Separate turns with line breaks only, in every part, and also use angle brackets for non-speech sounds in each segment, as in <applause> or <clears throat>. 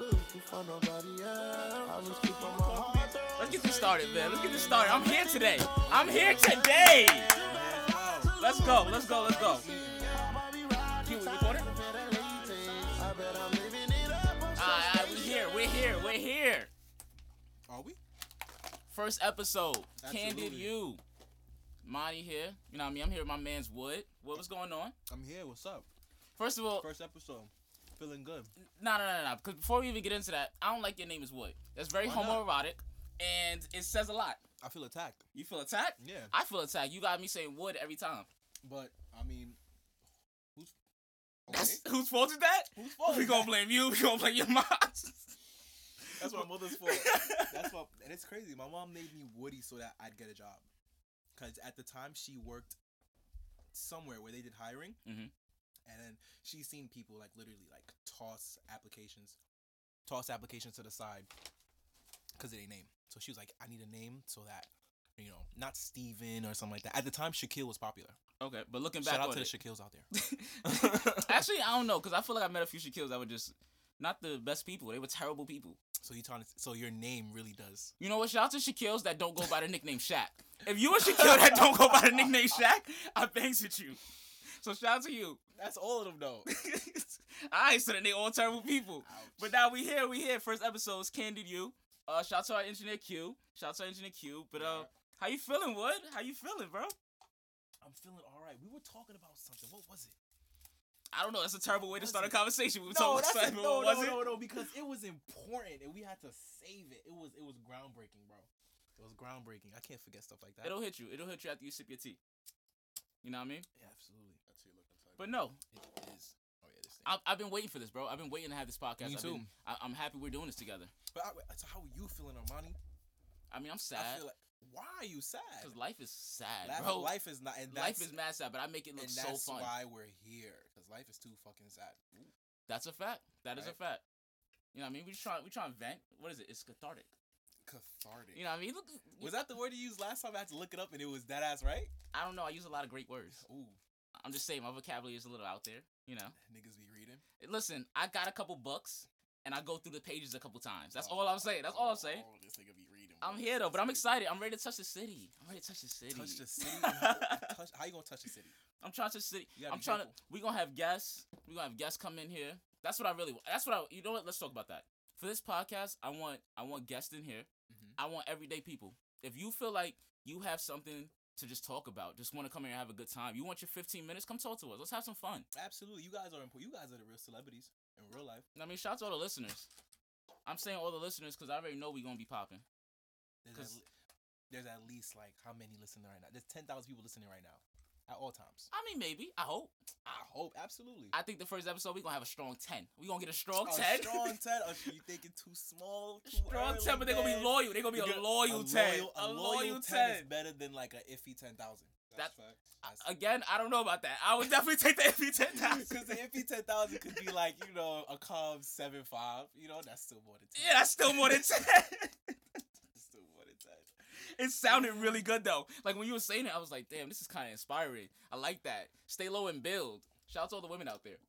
around nobody else. I just keep on my heart on.
Let's get this started, man. Let's get this started. I'm here today. I'm here today. Let's go. Let's go. Let's go. Can we record it? Alright, alright, we here. We're here. We're here.
Are we?
First episode. Candid
Absolutely.
you. Monty here. You know what I mean? I'm here with my man's Wood. What was going on?
I'm here. What's up?
First of all,
First episode. Feeling good.
No, no, no, no. Because before we even get into that, I don't like your name is Wood. That's very
Why not?
homoerotic, and it says a lot.
I feel attacked.
You feel attacked?
Yeah.
I feel attacked. You got me saying Wood every time.
But I mean, who's okay? Oh,
Whose fault is that?
who's fault?
We
is
gonna
that?
blame you. We gonna blame your
<laughs>
mom.
That's my mother's fault. That's what. And it's crazy. My mom named me Woody so that I'd get a job. Cause at the time she worked somewhere where they did hiring,
Mhm.
and then she's seen people like literally like toss applications, toss applications to the side because of their name. So she was like, I need a name so that you know, not Steven or something like that. At the time, Shaquille was popular.
Okay, but looking back
Shout out
on
to
it,
the Shaquilles out there.
actually, I don't know because I feel like I met a few Shaquilles that were just not the best people. They were terrible people.
So you trying to, so your name really does.
You know what? Shout out to Shaquilles that don't go by the nickname Shaq. If you a Shaquille that don't go by the nickname Shaq, I bangs with you. So shout out
<laughs>
to you.
That's all of them though.
I ain't said they all terrible people. But now we here, we here. First episode is Candid You. Uh, shout out to our engineer Q. Shout out to our engineer Q. But uh, how you feeling, Wood? How you feeling, bro?
I'm feeling all right. We were talking about something. What was it?
I don't know. That's a terrible way to
Was
start a
it?
conversation. We were talking about
that's it.
something,
no,
but what
no,
was
no,
it?
no, because it was important and we had to save it. It was, it was groundbreaking, bro. It was groundbreaking. I can't forget stuff like that.
It'll hit you. It'll hit you after you sip your tea. You know what I mean?
yeah, absolutely. That's you looking
But no,
But it is. Oh yeah, this thing.
I, I've been waiting for this, bro. I've been waiting to have this podcast.
Me
I've been-
too.
I, I'm happy we're doing this together.
but I, so how are you feeling, Armani?
I mean, I'm
I
sad
feel like why are you sad?
because life is sad,
life,
bro. Life,
life is not, and that's,
is mad sad, but I make it look
and
so
that's
fun.
why we're here. Because life is too fucking sad.
That's a fact. That is
Right.
a fact. You know what I mean? We try we try and vent. What is it? It's cathartic.
Cathartic.
You know what I mean? Look,
Was that the word you used last time? I had to look it up, and it was that ass, right?
I don't know. I use a lot of great words.
Ooh,
I'm just saying my vocabulary is a little out there. You know.
niggas be reading.
Listen, I got a couple books, and I go through the pages a couple times. That's
Oh,
all I'm saying. That's all I'm saying.
Oh, this nigga be reading.
I'm
bro.
here though, but I'm
This
excited. I'm ready to touch the city. I'm ready to touch the city.
nigga- Touch the city. and how, touch, how you gonna touch the city?
<laughs> I'm trying to city.
You gotta
I'm
be
trying to.
careful.
We gonna have guests. We gonna have guests come in here. That's what I really. want. That's what I. You know what? Let's talk about that. For this podcast, I want. I want guests in here.
Mhm.
I want everyday people. If you feel like you have something to just talk about, just want to come here and have a good time. You want your 15 minutes? Come talk to us. Let's have some fun.
Absolutely, you guys are important. You guys are the real celebrities in real life.
I mean, shout out to all the listeners. I'm saying all the listeners because I already know we gonna be popping.
There's,
'Cause-
at, le- there's at least like how many listening right now? There's ten thousand people listening right now, at all times.
I mean, maybe. I hope.
I hope absolutely.
I think the first episode we gonna have a strong 10. We gonna get <laughs> a strong
A
10.
strong ten. Or you thinking too small? Too
Strong 10, but they're gonna be loyal. They're gonna be a loyal 10. A loyal 10.
is better than like an iffy ten thousand.
That's-
That's <laughs>
<laughs> Again, I don't know about that. I would <laughs> definitely take the FP <laughs> 10,000.
Because the MP ten thousand could be like you know a calm seven five. You know that's still more than ten.
Yeah, that's still more than 10.
That's still more than ten.
<laughs> It sounded really good though. Like when you were saying it, I was like, damn, this is kind of inspiring. I like that. Stay low and build. Shout out to all the women out <laughs> there.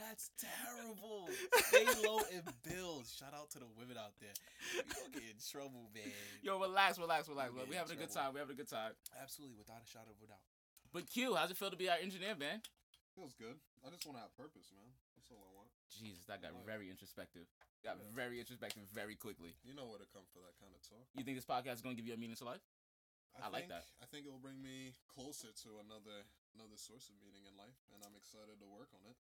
That's terrible. Stay low and build. Shout out to the women out there. You gonna get in trouble, man.
Yo, relax, relax, relax.
You're
We're
in
having a good
trouble.
time. We're having a good time.
Absolutely, without a shadow of a doubt.
But Q, how's it feel to be our engineer, man?
Feels good. I just want to have purpose, man. That's all I want.
Jesus, that got
Right.
very introspective. Got
Yeah.
very introspective very quickly.
You know where to come for that kind of talk.
You think this podcast is gonna give you a meaning to life? I
think,
like that.
I think it will bring me closer to another another source of meaning in life, and I'm excited to work on it.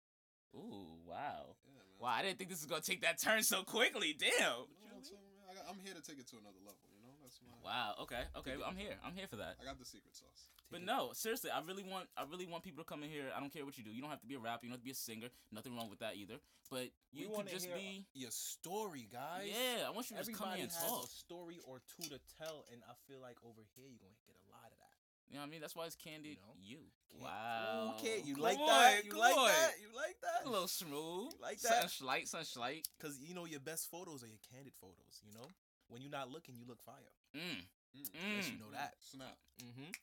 Ooh, wow.
Yeah, man.
Wow, I didn't think this was gonna take that turn so quickly. Damn.
No, it's all right. I got, I'm here to take it to another level. You know, that's my.
Wow. Okay. Okay. I'm here. I'm here for that.
I got the secret sauce.
But no, seriously, I really want I really want people to come in here. I don't care what you do. You don't have to be a rapper. You don't have to be a singer. Nothing wrong with that either. But
We
you
want to
could just
hear
be
your story, guys.
yeah. I want you to just come
Everybody
here and
has a
talk.
story or two to tell, and I feel like over here you're gonna get a lot of that.
You know what I mean? That's why it's candid. You.
You know? Can't-
Wow.
Okay, you
Come
like
on,
that? You
come
like
on.
that? You like
That's
that?
A little smooth.
You like
Something
that?
slight. Something slight.
Because you know your best photos are your candid photos. You know when you're not looking, you look fire.
Mm.
Mm.
Yes, you
Mm.
know that.
<laughs>
Snap.
Mm-hmm.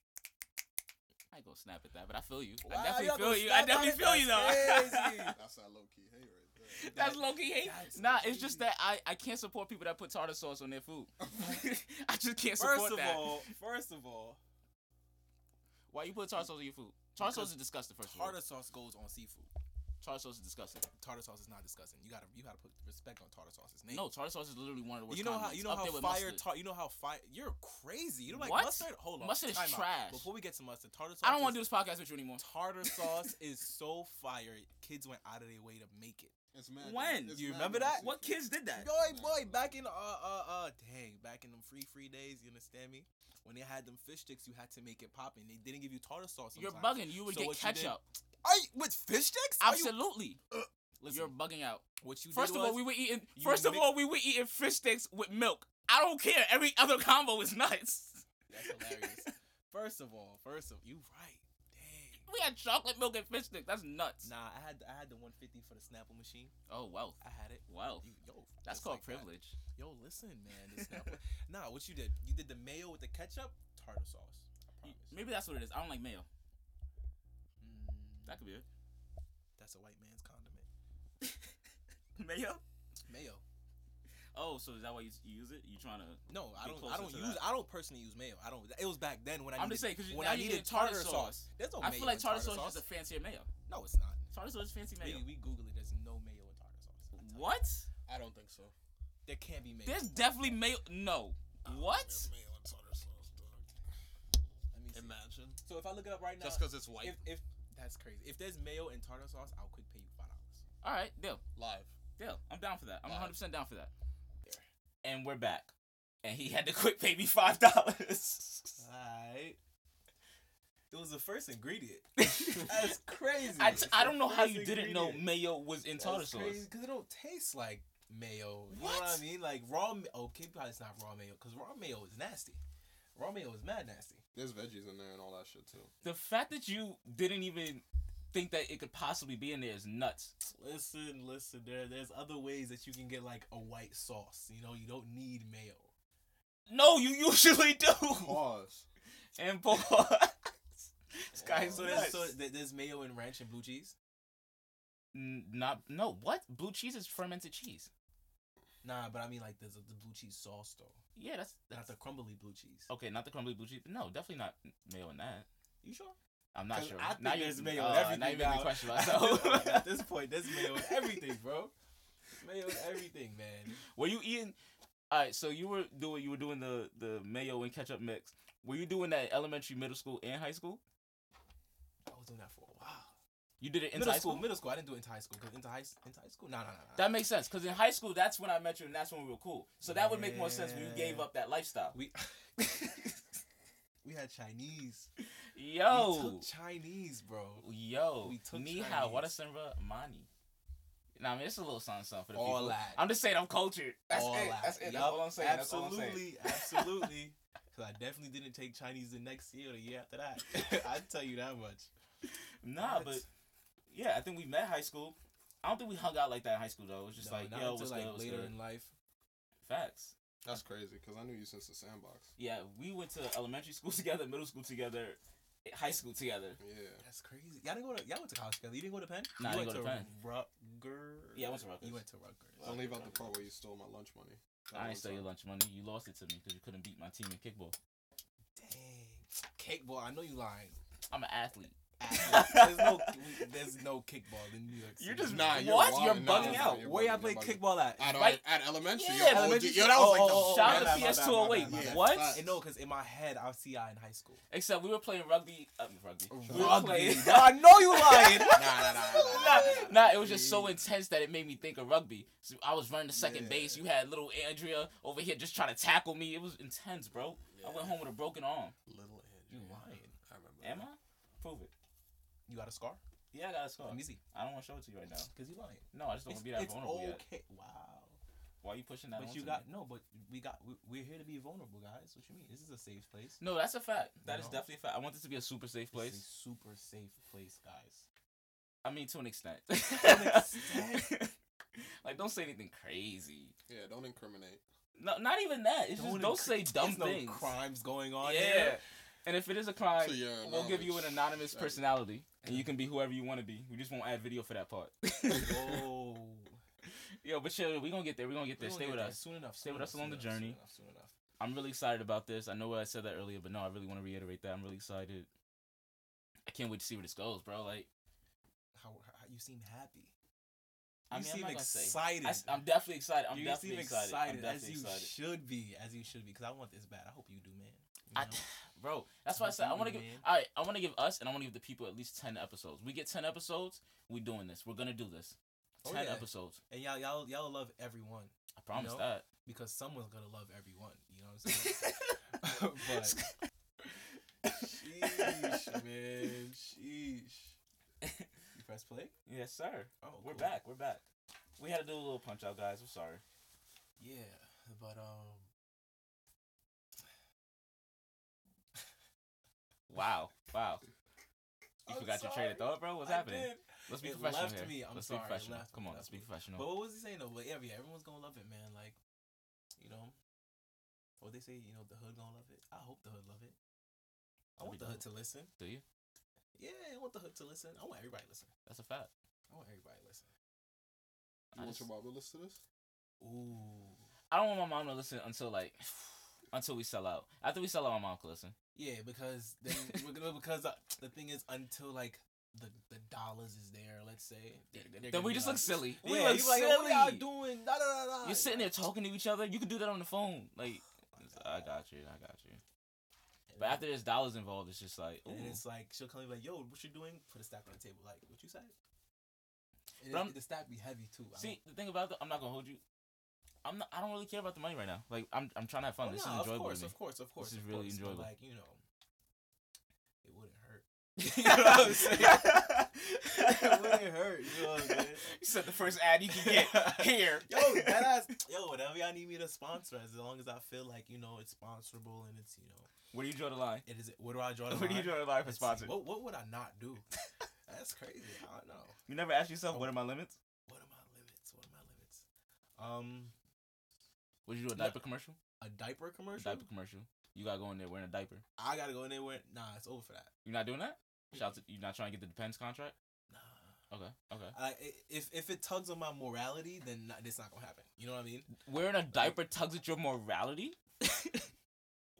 I ain't gonna snap at that, but I feel you.
Wow,
I definitely
y'all
feel
gonna
you. I
snap at
definitely
it?
feel you though.
That's
That's that low key hate right there.
<laughs> That's low key hate.
that's
Nah, it's just
crazy.
that I, I can't support people that put tartar sauce on their
<laughs>
food. <laughs> I just can't support
First of
that.
all, first of all,
Why you put tartar sauce on your food? Tartar sauce
Because
is disgusting. First of
tartar
all,
sauce goes on seafood.
tartar sauce is disgusting.
Tartar sauce is not disgusting. You gotta you gotta put respect on tartar sauce's name.
No, tartar sauce is literally one of the worst.
You know how
condiments,
you know
up
how
there with
fire
mustard.
tar- you know how fire you're crazy. You don't like
What?
mustard? Hold on.
Mustard is
time out.
trash.
Before we get to mustard, tartar sauce
I don't want
is-
to do this podcast with you anymore.
tartar sauce is so fire. Kids went out of their way to make it.
It's mad.
When?
it's
You
mad
remember
when I
that?
see
What
food.
kids did that?
Boy, boy, back in uh uh uh dang, back in them free free days, you understand me? When they had them fish sticks, you had to make it poppin'. They didn't give you tartar sauce.
You're
sometimes.
bugging. You would
So
get
what you did-
ketchup.
Are you with fish sticks? Are you- Uh,
Absolutely.
Listen,
You're bugging out.
what you
First
did
of all,
was-
we were eating.
you
First of
mix-
all, we were eating fish sticks with milk. I don't care. Every other <laughs> combo is nuts. <laughs>
That's hilarious. first of all, first of you right. Dang.
We had chocolate milk and fish sticks. That's nuts.
Nah, I had I had the 150 for the Snapple machine.
Oh wealth.
I had it.
Wealth.
You- yo,
Oh, That's
just
called
like that.
privilege.
Yo, listen, man.
<laughs>
the Snapple. nah, what you did? You did the mayo with the ketchup, tartar sauce. I promise.
Maybe that's what it is. I don't like mayo.
Mm,
That could be it.
that's a white man's condiment.
<laughs> Mayo?
Mayo.
Oh, so is that why you, you use it? You trying to?
No, I
Get
don't.
closer
I don't
to
use.
that.
I don't personally use mayo. I don't. It was back then when I.
I'm
needed,
just saying because
when I
now you
needed
needed tartar sauce.
There's no.
I
mayo
feel like
in
Oh, tartar sauce is just a fancier mayo.
No, it's not.
Tartar sauce is fancy
We,
mayo.
we Google it. There's no mayo in tartar sauce. I tell you.
What?
I don't think so.
There can't be mayo.
There's definitely mayo. Oh, No. What?
There's mayo and tartar sauce, dog.
Let me see.
Imagine.
So if I look it up right now,
Just because it's white.
if if that's crazy. If there's mayo in tartar sauce, I'll quick pay you five dollars.
All right, deal,
Live.
deal. I'm down for that. I'm
Wow.
100 percent down for that. And we're back. And he had to <laughs> quick pay me five dollars.
Alright. It was the first <laughs> ingredient.
I,
That's crazy.
j- I don't know how you
First
didn't know
ingredient.
mayo was in tartar sauce.
because it don't taste like mayo. You know
What?
what I mean? Like raw. ma- Okay, probably it's not raw mayo because raw mayo is nasty. Raw mayo is mad nasty.
There's veggies in there and all that shit too.
The fact that you didn't even think that it could possibly be in there is nuts.
Listen, listen. There, there's other ways that you can get like a white sauce. You know, you don't need mayo.
No, you
<laughs>
usually do.
Pause.
and boy, <laughs> this guy's
So there's,
nuts.
so there- there's mayo and ranch and blue cheese.
N- not no. What blue cheese is fermented cheese?
Nah, but I mean like there's a, the blue cheese sauce though,
Yeah, that's
not
that's
the crumbly blue cheese.
okay. Not the crumbly blue cheese. No, definitely not mayo in that.
You sure?
I'm not
'Cause
sure.
I think
now you're-
there's mayo
uh,
in everything.
Now you make
now. <laughs>
me question <laughs>
At
myself.
this point, there's mayo in everything, bro. Mayo in everything, man.
were you eating? All right, so you were doing you were doing the the mayo and ketchup mix. Were you doing that in elementary, middle school, and high school?
I was doing that for a while.
You did it in
middle
high
school,
school.
middle school. I didn't do it into high school because into high into high school. No, no, no, no.
That makes sense because in high school, that's when I met you and that's when we were cool. So that would make more sense when you gave
Yeah.
up that lifestyle.
we <laughs> we had Chinese. we
Yo,
took Chinese, bro.
yo,
we took
ni
Chinese.
hao, what a senra mani. Nah, I mean it's a little something, something for the
All
people.
that.
I'm just saying I'm cultured. That's
All
it.
that.
That's
Yup,
it. That's all I'm saying. That's all I'm saying.
Absolutely, absolutely. <laughs> Because I definitely didn't take Chinese the next year or the year after that. <laughs> I tell you that much.
Nah,
What?
but yeah, I think we met high school. I don't think we hung out like that in high school though. It was just
No,
like,
not
yo,
until,
what's
like
good? What's
later
good?
in life.
Facts.
That's crazy because I knew you since the sandbox.
Yeah, we went to elementary <laughs> school together, middle school together, high school together.
Yeah.
That's crazy. Y'all didn't go to y'all went to college together. You didn't go to Penn.
Nah,
you
I
went to
didn't go to Penn.
Rutgers.
Yeah, I went to Rutgers.
You went to Rutgers.
Don't leave out the part where you stole my lunch money. That
I
one
ain't stole your
time.
lunch money. You lost it to me because you couldn't beat my team in kickball.
Dang, kickball. I know you lying.
I'm an athlete.
Ass. there's no we- <laughs> there's no kickball in New York. City.
You're just
Nah, you're
what? You're,
wildin'. Nah,
bugging
nah,
out.
you're
Where y'all
bugging,
play
you're bugging.
kickball at?
At, uh,
Right-
at elementary.
Yeah,
yo, OG
elementary-
yo, that was like the
Oh, oh, oh,
Shout
my
out to
bad, my
PS2
bad, my
away.
bad, my bad.
What?
facts.
And no, because in my head I'll see y'all in high school.
Except we were playing rugby. Uh, rugby. We were
Rugby.
playing.
<laughs> I know you lying.
nah, nah, nah, nah,
nah, nah, it was just so intense that it made me think of rugby. So I was running to second
Yeah.
base. You had little Andrea over here just trying to tackle me. It was intense, bro. I went home with a broken arm.
Little Andrew.
You lying.
I remember.
Am
that.
I? Prove it.
You got a scar?
Yeah, I got a scar.
Let me see.
I don't want to show it to you right now.
Cause you lying.
No, I just
It's,
don't want to be that
it's
vulnerable
okay.
yet.
Wow.
Why are you pushing that?
But
onto
you
me?
got no. But we got. We, we're here to be vulnerable, guys. What you mean? This is a safe place.
No, that's a fact. That is
No.
definitely a fact. I want this to be a super safe
This is
place.
a super safe place, guys.
I mean, to an extent.
an
<laughs>
extent.
like, don't say anything crazy.
Yeah, don't incriminate.
No, not even that. It's just don't
inc-
say dumb
there's no
things.
crimes going on.
<laughs> yeah.
here.
And if it is a crime,
So yeah,
we'll give you an
knowledge.
anonymous
That'd be- <laughs>
<laughs> personality, and you can be whoever you want to be. We just won't add video for
<laughs>
that part.
Whoa.
Yo, but chill, we gonna get there. We gonna get there.
We'll
Stay
get
with
there
us.
Soon enough.
Stay
soon
with
enough,
us along
soon enough,
the journey.
Soon enough, soon enough.
I'm really excited about this. I know I said that earlier, but no, I really want to reiterate that. I'm really excited. I can't wait to see where this goes, bro. Like,
How, how you seem happy. you
I mean, I'm
seem
not gonna say.
excited.
I, am definitely excited. I'm
you
definitely
seem
excited. I'm
as
definitely
you
excited.
should be, as you should be, because I want this bad. I hope you do, man. You
I,
know?
bro, that's why I
Hope
said I
you
want to
do,
give.
man.
All right, I want to give us and I want to give the people at least ten episodes. We get ten episodes. We doing this. We're gonna do this.
Oh,
Ten
yeah.
episodes.
and y'all, y'all, y'all love everyone
I promise
know?
that.
because someone's gonna love everyone. You know
<laughs>
what I'm saying?
Sheesh, man.
<laughs>
Sheesh.
but you press play.
Yes, sir.
Oh,
We're
cool.
back. We're back. We had to do a little punch out, guys. I'm sorry.
Yeah, but um,
Wow. Wow. You
I'm
forgot your train
sorry.
of thought, bro. What's
I
happening?
did.
Let's be
It
professional
left
here.
me. I'm
Let's
sorry. It
be professional.
left
Come
me,
on,
it
let's
left
be
me.
professional.
But what was he saying though? But yeah, yeah, everyone's gonna love it, man. Like, you know, what they say, you know, the hood gonna love it. I hope the hood love it. I
That'd
want
be
the hood to listen.
Do you?
Yeah, I want the hood to listen. I want everybody to listen.
That's a fact.
I want everybody to listen.
I,
You want
just-
your mom to listen to this?
Ooh.
I don't want my mom to listen until like until we sell out. After we sell out, my mom can listen.
Yeah, because
<laughs>
then we're gonna because uh, the thing is until like the the dollars is there, let's say. they're- they're
Then
gonna
we
be
just
like,
look silly.
Yeah,
we look
you like,
silly.
"Oh, what y'all doing? Da, da, da, da."
You're sitting there talking to each other. You can do that on the phone. Like, it's- I got you. I got you.
And
But
then-
after there's dollars involved, it's just like, ooh.
And then it's like she'll come and be like, "Yo, what you doing? Put a stack on the table." Like, what you said? And
But
it-
I'm-
the stack be heavy too. I
See, the thing about the, I'm not gonna hold you. I'm not. I don't really care about the money right now. Like, I'm. I'm trying to have fun.
don't-
this
Oh,
is
nah,
enjoyable
Of course,
to me.
of course, of course.
is
of
really
course. But,
enjoyable.
like you know, it wouldn't hurt. <laughs>
<laughs> you
know what I'm saying? it wouldn't hurt. You know what I'm saying?
You said the first ad you can <laughs> get here.
<laughs> Yo, that
<laughs>
ass, yo, whatever y'all need me to sponsor, as long as I feel like you know it's sponsorable and it's you know
Where do you draw the line?
it is. Where do I
<laughs>
draw the
Where do you
line?
draw the line for
Let's see,
sponsor?
What what would I not
<laughs>
do? That's crazy. I don't know.
You never ask yourself what are my limits?
What are my limits? What are my limits? Um,
Would you do a
No.
diaper commercial?
a diaper
A
commercial.
diaper commercial. You gotta go in there wearing a diaper.
I gotta go in there. Where, nah, it's over for that.
You're not doing that. Shout to, you're not trying to get the depends contract.
Nah.
Okay. Okay.
I, i- if if it tugs on my morality, then not, it's not gonna happen. You know what I mean?
Wearing a diaper tugs at your morality.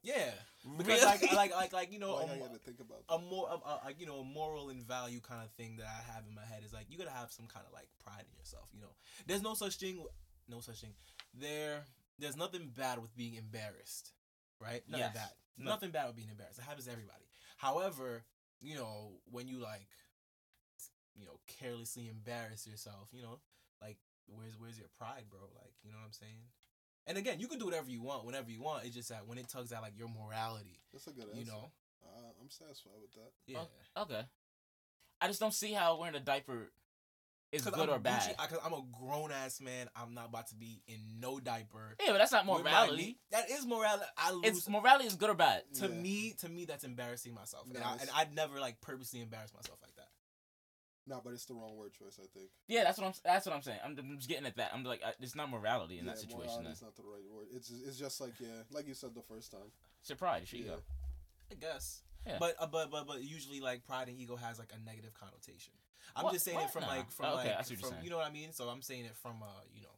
Yeah. Because <laughs>
<laughs>
like like like like you know um,
um,
a,
Why I
mo-
got to think about
a
that.
more a, a, a, you know a moral and value kind of thing that I have in my head is like you gotta have some kind of like pride in yourself. You know, there's no such thing, no such thing. There there's nothing bad with being embarrassed, right? Nothing
Yes.
bad.
No.
Nothing bad with being embarrassed. It happens to everybody. However, you know when you like, you know, carelessly embarrass yourself, you know, like where's where's your pride, bro? Like you know what I'm saying? And again, you can do whatever you want, whenever you want. It's just that when it tugs at like your morality,
That's a good answer.
you know.
Uh, I'm satisfied with that.
Uh,
Yeah.
Okay. I just don't see how wearing a diaper is
Cause
good
I'm
or bad.
Gucci, I, am a grown ass man. I'm not about to be in no diaper.
yeah, but that's not
With my
morality.
knee- That is morality. I lose.
It's morality is good or bad.
to
Yeah.
me, to me, that's embarrassing myself, and,
Nah,
I,
it's-
and I'd never like purposely embarrass myself like that.
No, but it's the wrong word choice, I think.
Yeah, that's what I'm. That's what I'm saying. I'm, I'm just getting at that. I'm like, I, it's not morality in that situation. Then.
morality's not the right word. It's it's just like yeah, like you said the first time.
It's your pride, it's your
Yeah.
ego.
I guess.
Yeah.
But uh, but but but usually like pride and ego has like a negative connotation. I'm
What-
just saying
what?
it from
Nah.
like from
Oh, okay, I
like
see what you're
from
saying.
you know what I mean. So I'm saying it from uh you know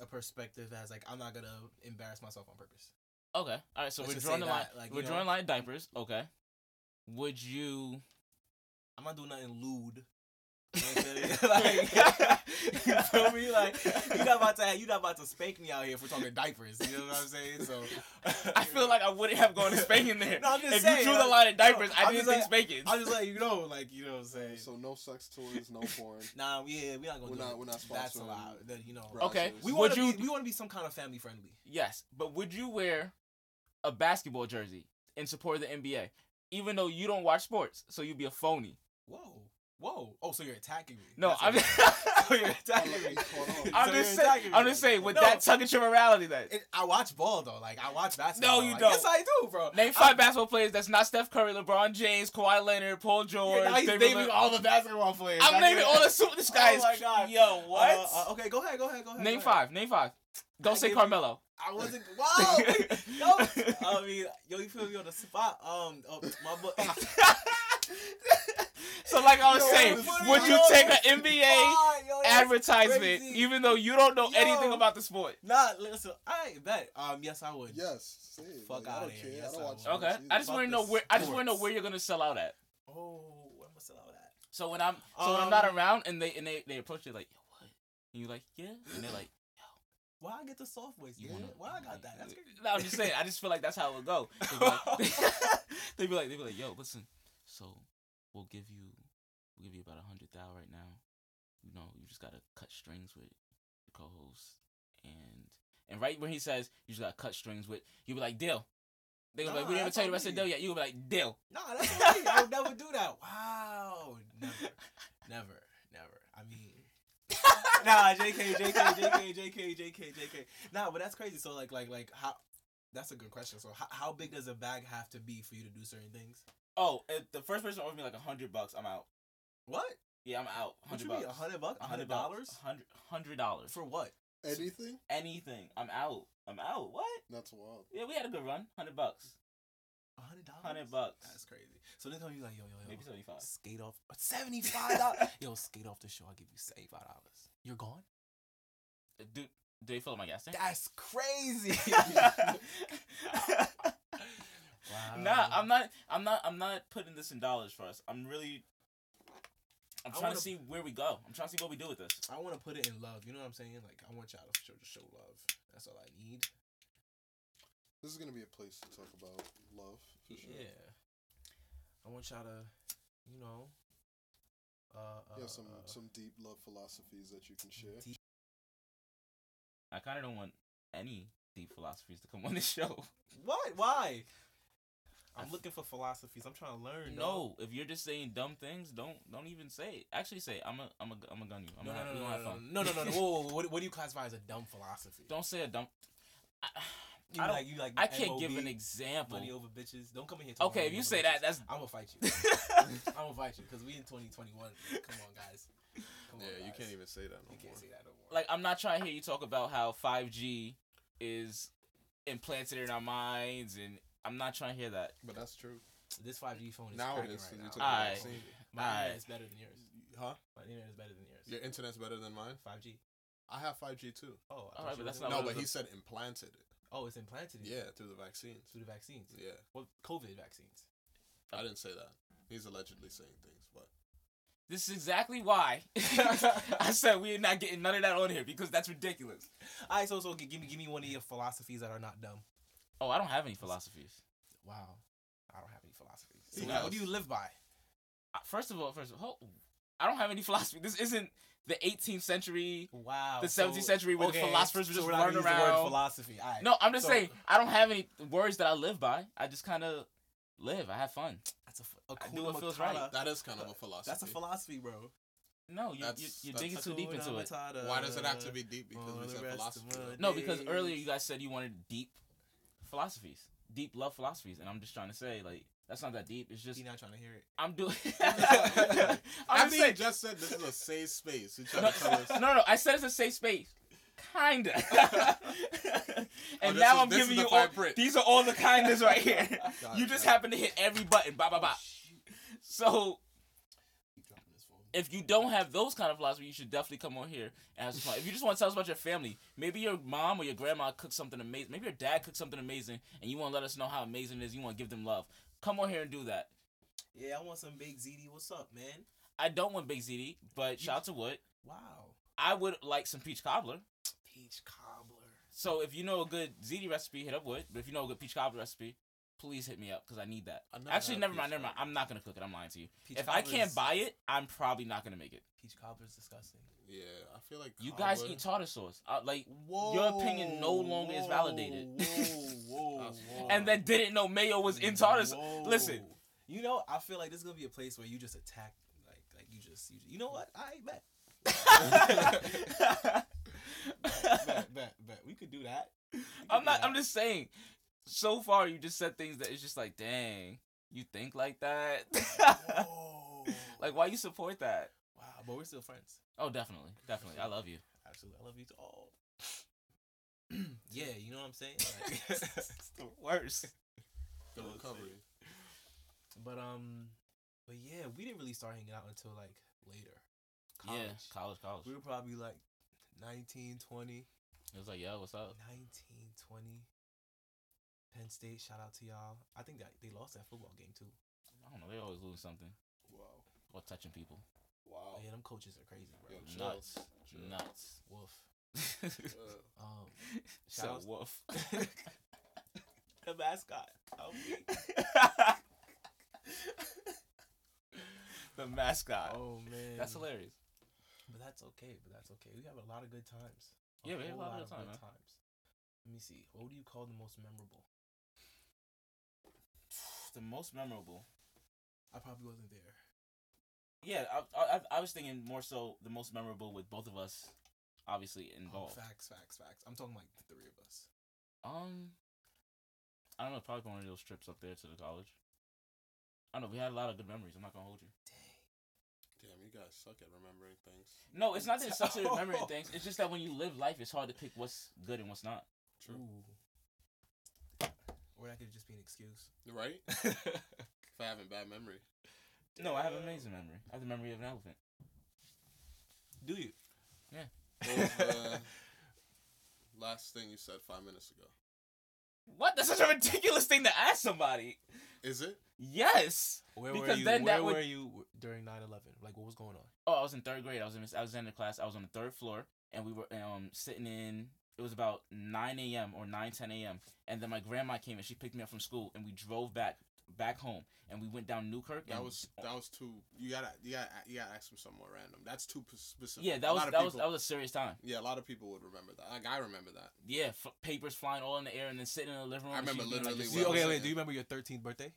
a perspective as like I'm not gonna embarrass myself on purpose.
Okay. All right. So
Let's
we're
just
drawing
say
the line.
that, like,
we're
you know-
drawing a line of diapers. Okay. Would you?
I'm not doing nothing lewd. You feel me? <laughs>
<laughs>
like, you feel me? Like, you not about to you not about to spank me out here for talking diapers. You know what I'm saying? So
<laughs> I feel like I wouldn't have gone to spanking there.
<laughs> No, I'm just
if you
saying,
drew the
like,
line of
no,
diapers, I
I'm
didn't
just
think
like-
spankings.
I'll just let you know, like you know what I'm saying.
So no sex toys,
<laughs>
no porn.
nah, yeah, we're not gonna
We're
do
not-
it.
we're not
That's
sponsoring
allowed. That, you know,
Right.
okay.
Would
we
We
want
would
to
you?
be, we want to be some kind of family friendly.
yes, but would you wear a basketball jersey in support of the NBA, even though you don't watch sports, so you'd be a phony?
Whoa, whoa. Oh, so you're attacking me?
No,
That's
I'm.
what
<laughs>
you're- <laughs> so you're attacking me.
Hold on, hold on.
I'm
So
just
you're
saying.
attacking
I'm
me.
just saying. Would
No,
that tug at your morality? Then
it- I watch ball though. Like I watch basketball.
No, you
Like,
don't.
Yes, I do, bro.
name
I-
five basketball players that's not Steph Curry, LeBron James, Kawhi Leonard, Paul George.
Yeah, now he's
Damian
naming
Lillard.
all the basketball players.
I'm
That's
naming
it.
all the super. This
<laughs>
guy
Oh
is.
my God.
Yo, what?
Uh, uh, okay, go ahead, go ahead, go ahead. go
name
ahead.
five. Name five. Don't
I
say
give you- <laughs>
Carmelo.
I wasn't. Wow.
<laughs>
Yo, I mean, yo, you put me on the spot. Um, oh, my
<laughs>
boy. <laughs>
So like I was
Yo,
saying,
that's
would you
funny.
take an NBA
Wow, yo, that's
advertisement
crazy.
even though you don't know anything
Yo.
about the sport?
Nah, listen. I bet. Um, yes, I would.
Yes. See,
Fuck
like, I
outta
don't
here.
care.
Yes,
I don't
I
watch
would.
sports
Okay, I
either.
just
Fuck
want to know
the
where I just want to know
sports.
where you're gonna sell out at.
Oh, I'm gonna sell out that.
So when I'm so when I'm not
Um,
around and they and they, they approach you like, yo, what? And you're like, yeah, and they're like,
Why I get the soft voice?
you
nigga?
wanna?
Why I got that?
<laughs>
That's crazy.
No, I'm just saying. I just feel like that's how it
<laughs>
would go. They'd be like, they'd be like, <laughs> they'd be like, yo, listen. So we'll give you, we'll give you about a hundred thou right now. You know, you just gotta cut strings with your co-host, and and right when he says you just gotta cut strings with, you'll be like, deal. They gonna be like, we
Nah,
didn't even
that's
tell you
on
the rest of the deal
me.
yet. You'll be like, deal.
Nah, that's okay. I would never do that. Wow. Never. Never. Never. I mean. <laughs> nah, JK, JK, JK, JK, JK, JK. Nah, but that's crazy. So like like like how that's a good question. So how, how big does a bag have to be for you to do certain things?
Oh, if the first person offers me like a hundred bucks, I'm out.
What?
Yeah, I'm out.
What
Hundred
you mean?
bucks.
A hundred bucks? A hundred
bucks.
dollars?
A Hundred hundred dollars for
For what?
Anything?
anything. I'm out. I'm out. What?
That's wild.
Yeah, we had a good run. Hundred bucks.
A hundred dollars?
Hundred bucks.
That's crazy. So they're gonna be like, yo, yo, yo.
Maybe seventy five.
Skate off seventy five
<laughs>
dollars. Yo, skate off the show. I'll give you seventy five dollars. You're gone.
Do Uh, do they fill up my gas tank?
That's
<laughs>
crazy. wow.
nah, I'm not. I'm not. I'm not putting this in dollars for us. I'm really. I'm
I
trying
wanna-
to see where we go. I'm trying to see what we do with this.
I want to put it in love. You know what I'm saying? Like I want y'all to show, to show love. That's all I need.
This is gonna be a place to talk about love. For sure.
Yeah. I want y'all to, you know. Uh, uh,
You have some
uh,
some deep love philosophies that you can share.
deep-
I kind of don't want any deep philosophies to come on this <laughs> show.
What? Why?
I
I'm
f-
looking for philosophies. I'm trying to learn. dog.
No, if you're just saying dumb things, don't don't even say it. Actually, say it. I'm a I'm a I'm a gun you. I'm
No,
gonna,
no,
we
no,
gonna have
no,
fun.
no, no, no, no, no. Whoa, whoa, whoa. What, what do you classify as a dumb philosophy?
<laughs> don't say a dumb. I, <sighs>
you
I don't-
like, you like
I can't give
MOB,
an example.
money over bitches. Don't come in here. talking about
Okay, if
money
you
over
say
bitches.
that, that's <laughs>
I'm gonna fight you. I'm gonna fight you because we in 2021. Come on,
<laughs>
guys. Come on, guys.
even say that
You can't say that no more.
like I'm not trying to hear you talk about how 5G is implanted in our minds, and I'm not trying to hear that.
But that's true.
this 5G phone is
Now it
cracking
is, 'cause you
right
took
now.
the
Aight.
vaccine.
<laughs> My
Aight.
internet is better than yours.
Huh?
My internet is better than yours.
Your internet's better than mine.
5G.
I have 5G too.
Oh, I
Alright,
thought you
but that's
was-
not
No,
what it
but he
was-
said implanted it.
Oh, it's implanted. in you
Yeah, through the vaccines.
Through the vaccines.
Yeah,
Well, COVID vaccines.
I didn't say that. He's allegedly saying things, but
This is exactly why <laughs> I said we're not getting none of that on here because that's ridiculous.
All right, so so g- give me give me one of your philosophies that are not dumb.
Oh, I don't have any philosophies.
Wow, I don't have any philosophies.
He
So
does.
what do you live by?
Uh, First of all, first of all, I don't have any <laughs> philosophy. This isn't the 18th century.
Wow.
The 17th century where the philosophers were just
we're not gonna
running
use the word
around.
philosophy. All right.
No, I'm just
So-
saying I don't have any words that I live by. I just kind of live. I have fun.
That's a, ph- a
I
Kuna
do what feels
Matata.
right.
that is kind of a
That's
philosophy.
That's a philosophy, bro.
No, you, you,
That's-
you're
that's-
digging too deep into it.
Why does it have to be deep? Because
all
we
the
said
rest of
philosophy.
my
though.
No, because earlier
days.
you guys said you wanted deep philosophies, deep love philosophies, and I'm just trying to say like that's not that deep. It's just
You're not trying to hear it.
I'm
<laughs>
doing. <laughs>
I
I'm just
think he
saying.
just said this is a safe space. He tried
No,
to tell us. <laughs>
<laughs> no, no. I said it's a safe space, kinda. <laughs>
Oh,
and
this
now
is-
I'm
this is
giving
the
you all.
fine print.
These are all the kindas right
<laughs>
here.
Got
you
it,
just
got
happen to hit every button. Ba ba
Oh,
ba. So
Keep dropping this phone.
if you don't have those kind of philosophy, you should definitely come on here and have some fun. if you just want to tell us about your family, maybe your mom or your grandma cooked something amazing. Maybe your dad cooked something amazing, and you want to let us know how amazing it is. You want to give them love. Come on here and do that.
Yeah, I want some big ZD. What's up, man?
I don't want Big ZD, but shout out to Wood.
Wow.
I would like some peach cobbler.
Peach cobbler.
So if you know a good ZD recipe, hit up Wood. But if you know a good peach cobbler recipe, please hit me up because I need that.
I never
Actually,
had
never
peach
mind, never mind.
cobbler.
I'm not gonna cook it. I'm lying to you.
Peach
if I can't
cobbler's-
buy it, I'm probably not gonna make it.
Peach cobbler's disgusting.
Yeah, I feel like
You guys
cobbler-
eat tartar sauce. Uh, like
Whoa.
opinion no longer is validated.
Whoa,
<laughs>
whoa,
That's-
whoa.
and then didn't know mayo was in tartar sauce.
Whoa.
Listen,
You know, I feel like this is gonna be a place where you just attack, like, like you just, you, you know what? I bet. <laughs> bet, bet, bet. We could do that. We could
<laughs> I'm
do
not.
that.
I'm just saying. So far, you just said things that it's just like, dang, you think like <laughs> that.
Whoa.
<laughs> like, why you support that?
wow, but we're still friends.
Oh, definitely, definitely. I love you.
<clears throat> Absolutely, I love you all. yeah, you know what I'm <laughs> saying. Like,
it's the worst.
The
Let's see.
recovery.
but um, but yeah, we didn't really start hanging out until like later.
Yeah, college, college.
We were probably like 19, 20,
It was like, yo, what's up?
19, 20. Penn State, shout out to y'all. I think that they lost that football game too.
I don't know. They always lose something
Wow.
or touching people.
Wow.
Oh yeah, them coaches are crazy, bro.
Yo, chill.
Nuts,
Chill.
<laughs> nuts.
Woof.
<laughs> Uh,
Um, <laughs> Shout
So
outs-
<laughs> woof.
the mascot. Oh, me.
the mascot.
Oh, man,
That's hilarious.
But that's okay. But that's okay. We have a lot of good times.
Yeah, we had a
whole
lot of good time,
good
man.
times. Let me see. What do you call the most memorable?
The most memorable.
I probably wasn't there.
Yeah, I, I, I was thinking more so the most memorable with both of us, obviously
Oh,
involved.
facts, facts, facts. I'm talking like the three of us.
Um, I don't know. Probably one of those trips up there to the college. I don't know. We had a lot of good memories. I'm not gonna hold you.
Dang.
damn, you guys suck at remembering things.
No, it's not that it's such a <laughs> memory things. It's just that when you live life, it's hard to pick what's good and what's not.
True.
Ooh. Or that could just be an <laughs> excuse.
Right? If I haven't bad memory.
No, I have an amazing memory. I have the memory of an elephant.
Do you?
What was the <laughs> last thing you said five minutes ago?
What? That's such a ridiculous thing to ask somebody.
Is it?
Yes.
Where were
Because
you?
then
where
that would-
were you w- during 9/11? Like, what was going on?
Oh, I was in third grade. I was in Miss Alexander class. I was on the third floor, and we were um sitting in. It was about nine a.m. or nine ten a.m. And then my grandma came and she picked me up from school, and we drove back back home, and we went down Newkirk.
That
and
was that was too. You gotta you gotta you gotta ask them somewhere random. That's too p- specific.
<laughs> yeah,
A
that was
lot
that
of
was
people-
that was a serious time.
Yeah, a lot of people would remember that. Like I remember that.
Yeah, f- papers flying all in the air, and then sitting in the living room.
I
and
remember
she being
literally
this-
Do you- what-
okay,
was
wait.
it?
Do you remember your 13th <laughs> birthday?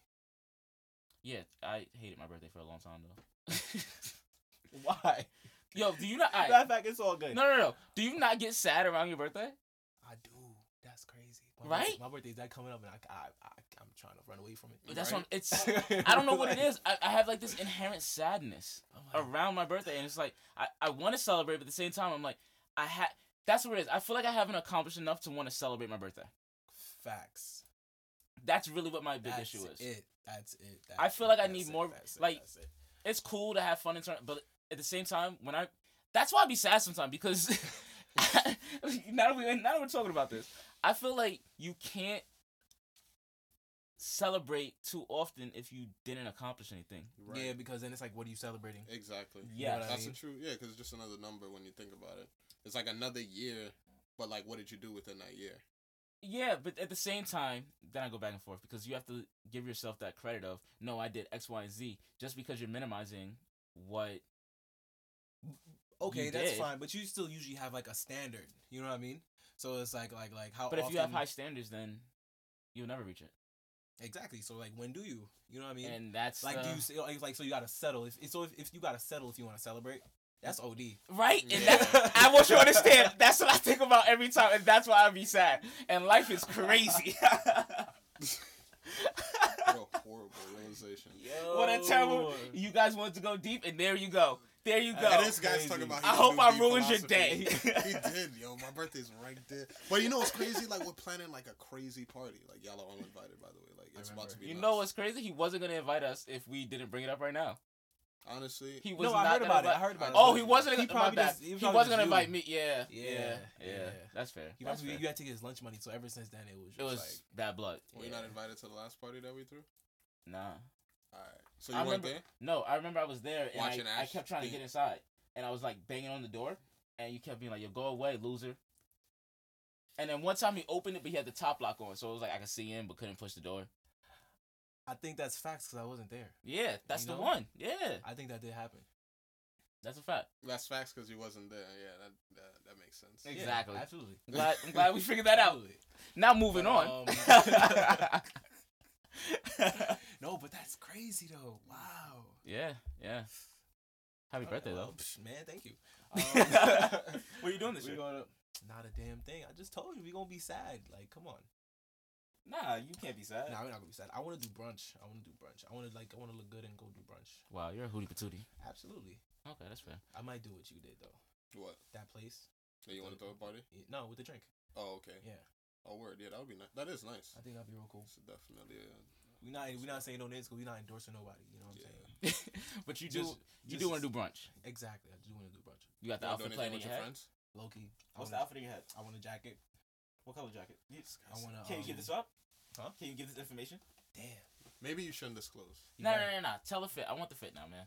yeah, I hated my birthday for a long time though. <laughs> Why? Yo, do you not? I,
Matter of fact, it's all good.
no, no, no. Do you not get sad around your birthday?
I do. That's crazy. My
Right?
birthday- my birthday's that coming up, and I, I, I, I'm trying to run away from it.
That's
Right.
what I'm, it's. I don't
<laughs>
know what it is. I, I have like this inherent sadness
I'm like,
around my birthday, and it's like I, I want to celebrate, but at the same time, I'm like I had. That's what it is. I feel like I haven't accomplished enough to want to celebrate my birthday.
facts.
That's really what my big
That's
issue is.
It. That's it. That's
I feel
it,
like I
that's
need
it,
more,
that's it,
like-
that's it.
It's cool to have fun and turn, but at the same time, when I, that's why I be sad sometimes because <laughs> now that we now that we're talking about this, I feel like you can't celebrate too often if you didn't accomplish anything.
Right.
Yeah, because then it's like, what are you celebrating?
Exactly.
Yeah,
what I
That's
mean?
a true. Yeah, because it's just another number when you think about it. It's like another year, but like, what did you do within that year?
Yeah, but at the same time, then I go back and forth because you have to give yourself that credit of no, I did X, Y, and Z. Just because you're minimizing what
Okay,
You
that's
did.
fine, but you still usually have like a standard. You know what I mean? So it's like, like, like how.
but if you have
often-
high standards then you'll never reach it.
Exactly. So like, when do you? You know what I mean?
And that's
like, do
uh,
you say like, like so you gotta settle? If so, if, if you gotta settle if you want to celebrate, that's od.
Right? And
Yeah.
that's I want you to understand that's what I think about every time and that's why I be sad. And life is crazy. <laughs>
What a horrible realization.
what a terrible you guys wanted to go deep and there you go. There you go.
Oh. That
And this guy's
Crazy.
talking about.
I
he
hope
knew
I
deep
ruined your
philosophy. <laughs>
day.
he did, yo. My birthday's right there. But you know what's crazy? Like we're planning like a crazy party. Like y'all are all invited, by the way. Like
I
it's about to
remember.
be.
you
nuts.
know what's crazy? He wasn't gonna invite us if we didn't bring it up right now.
Honestly,
He was
No,
not
I heard
gonna
about it. I
invite-
heard about it.
Oh, he wasn't.
He
He my
probably
bad.
just- he
he,
probably
was
just
gonna
you.
invite me. Yeah.
Yeah,
Yeah. Yeah.
yeah.
That's fair.
He
That's
must be,
fair.
you had to get his lunch money. So ever since then, it was just
It was
like
bad blood.
were you
Yeah.
not invited to the last party that we threw?
Nah.
All right. So you
I
weren't
remember-
there.
No, I remember I was there and
Watching
I, I
Ash
kept trying to
being-
get inside. And I was like banging on the door and you kept being like, Yo, go away, loser. And then one time he opened it but he had the top lock on, so it was like I could see in but couldn't push the door.
I think that's facts because I wasn't there.
Yeah, that's
You
the
know?
one. Yeah.
I think that did happen.
That's a fact.
That's facts because you wasn't there. Yeah, that that, that makes sense.
Yeah,
Exactly.
absolutely.
I'm glad, I'm glad we figured that out. Now moving
But,
on.
um, no, but that's crazy though. Wow.
<laughs> yeah, yeah. Happy birthday
Alright, well,
though.
psh, Man, thank you.
<laughs>
Um, <laughs>
What are you doing this
we
year?
Gonna, not a damn thing. I just told you we gonna be sad. Like, come on.
Nah, you can't be sad.
Nah, we're not gonna be sad. I want to do brunch. I want to do brunch. I want to like. I want to look good and go do brunch.
Wow, you're a hootie patootie.
Absolutely.
Okay, that's fair.
I might do what you did though.
What?
That place.
That you want to throw a party?
Yeah, No, with the drink.
Oh, okay.
Yeah.
Oh, word. Yeah, that would be nice. That is nice.
I think that'd be real cool.
It's definitely. Uh,
We not we not saying no names because we not endorsing nobody. You know what I'm
Yeah.
saying?
<laughs> but you do
Just-
you do
just-
want to do brunch.
Exactly. I do want to do brunch.
You got
you wanna do
the
anything
outfit plan in
with
your
your
head.
friends?
Loki.
What's the outfit in your head?
I want a jacket.
What color jacket? You-
I want to.
Can you give this up?
Huh?
Can you give this information?
Damn.
Maybe you shouldn't disclose.
You
No, no,
gotta-
no, no. Tell the fit. I want the fit now, man.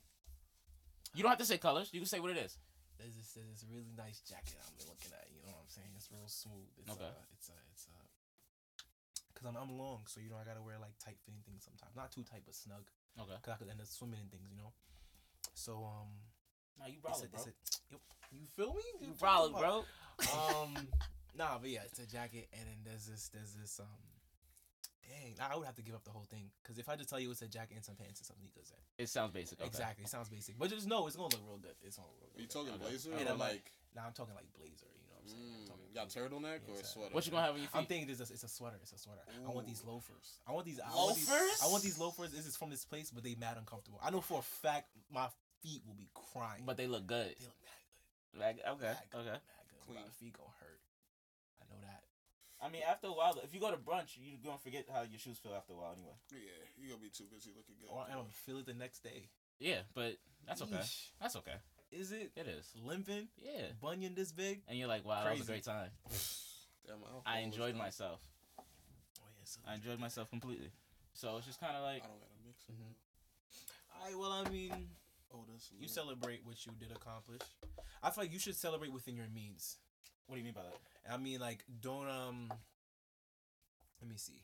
You don't have to say colors. You can say what it is.
There's this there's this really nice jacket I'm looking at. You know what I'm saying? It's real smooth. It's
Okay.
uh, it's uh, it's uh, cause I'm I'm long, so you know I gotta wear like tight fitting things sometimes. Not too tight, but snug.
Okay.
Cause I could end up swimming in things. You know. So um,
Nah,
it's
you
a-
brolic, bro.
it's a- you- you feel me? What
You
I'm
brolic,
talking about?
bro. <laughs>
um nah but yeah it's a jacket and then there's this there's this um dang i would have to give up the whole thing because if i just tell you it's a jacket and some pants and some sneakers then
It sounds basic. Okay.
exactly it sounds basic but just know it's gonna look real good it's gonna look
Are
real
you
good.
talking
Okay.
blazer
And
or
I'm like-
like?
now i'm talking like blazer you know what i'm saying I'm
Mm,
talking
you got
blazer.
turtleneck
Yeah,
or a
it's, uh,
sweater?
What you gonna have on your feet?
i'm thinking it's a, it's a sweater it's a sweater i want these
Ooh.
loafers i want these I want these,
Loafers?
i want these loafers this is from this place but they mad uncomfortable i know for a fact my feet will be crying
but they look good.
they look mad good
Like, okay.
mad good,
Okay.
mad good.
Clean.
my feet gonna hurt i know that
I mean, after a while, if you go to brunch, you're gonna forget how your shoes feel after a while, anyway.
Yeah, you gonna be too busy looking good.
Oh,
or I'm gonna feel it the next day.
Yeah, but that's okay.
Yeesh.
That's okay.
Is it
It is.
limping?
Yeah.
Bunion this big?
And you're like, wow, that was a
Crazy.
great time.
<sighs> Damn, my alcohol
I
is
enjoyed
done.
myself.
Oh yeah. So
I enjoyed myself completely. So it's just kind of
I
like,
don't got a mixer.
Mhm. All right. Well, I mean,
Oh, that's
you
lit.
celebrate what you did accomplish. I feel like you should celebrate within your means.
what do you mean by that?
And I mean, like, don't um. Let me see.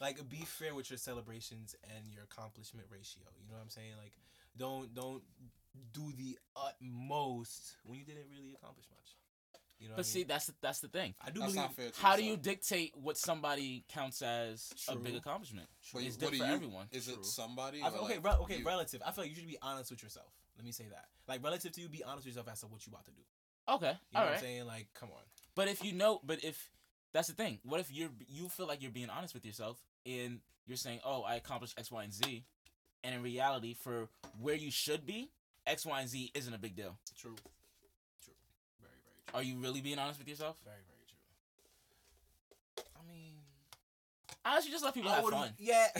Like, be fair with your celebrations and your accomplishment ratio. You know what I'm saying? Like, don't don't do the utmost when you didn't really accomplish much. You know.
But
what I
see,
mean?
that's the, that's the thing.
I do
That's
believe.
not fair. To
How do you
yourself.
dictate what somebody counts as a big
True.
accomplishment?
But
It's
what
different
do
for
you-
everyone.
Is
True.
it somebody?
I
or,
feel, okay,
like,
re- okay,
you?
relative. I feel like you should be honest with yourself. Let me say that. Like relative to you, be honest with yourself as to what you about to do.
Okay,
You know
all
what
right.
I'm saying? Like, come on.
But if you know, but if that's the thing, what if you're you feel like you're being honest with yourself and you're saying, "Oh, I accomplished X, Y, and Z," and in reality, for where you should be, X, Y, and Z isn't a big deal.
True. True. Very, very true.
Are you really being honest with yourself?
Very, very true. I mean,
Honestly, just let people
I
have
would've-
fun. <laughs>
Yeah.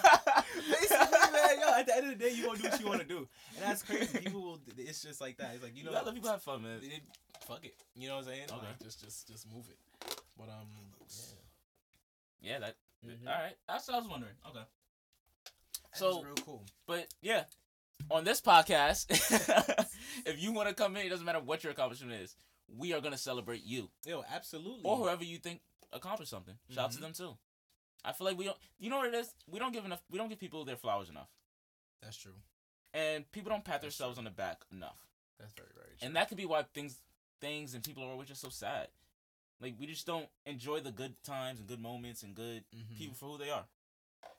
<laughs> Basically, man, yo, at the end of the day, you gonna do what you wanna do, and that's crazy. People will. It's just like that. It's like you
You
know.
gotta let people have fun, man.
it- fuck it. You know what I'm saying?
Okay.
Like, just, just, just move it. But um. Yeah.
Yeah, that.
Mhm.
all right. That's what I was wondering. Okay.
That
So-
was real cool.
But yeah, on this podcast, <laughs> if you want to come in, it doesn't matter what your accomplishment is. We are gonna celebrate you
Yo, absolutely.
or whoever you think accomplished something. Shout out to
Mhm.
them too. I feel like we don't. You know what it is? We don't give enough. We don't give people their flowers enough,
That's true.
and people don't pat
That's
themselves on the back enough.
That's very, very true.
And that could be why things, things, and people are always just so sad. Like we just don't enjoy the good times and good moments and good
Mhm.
people for who they are.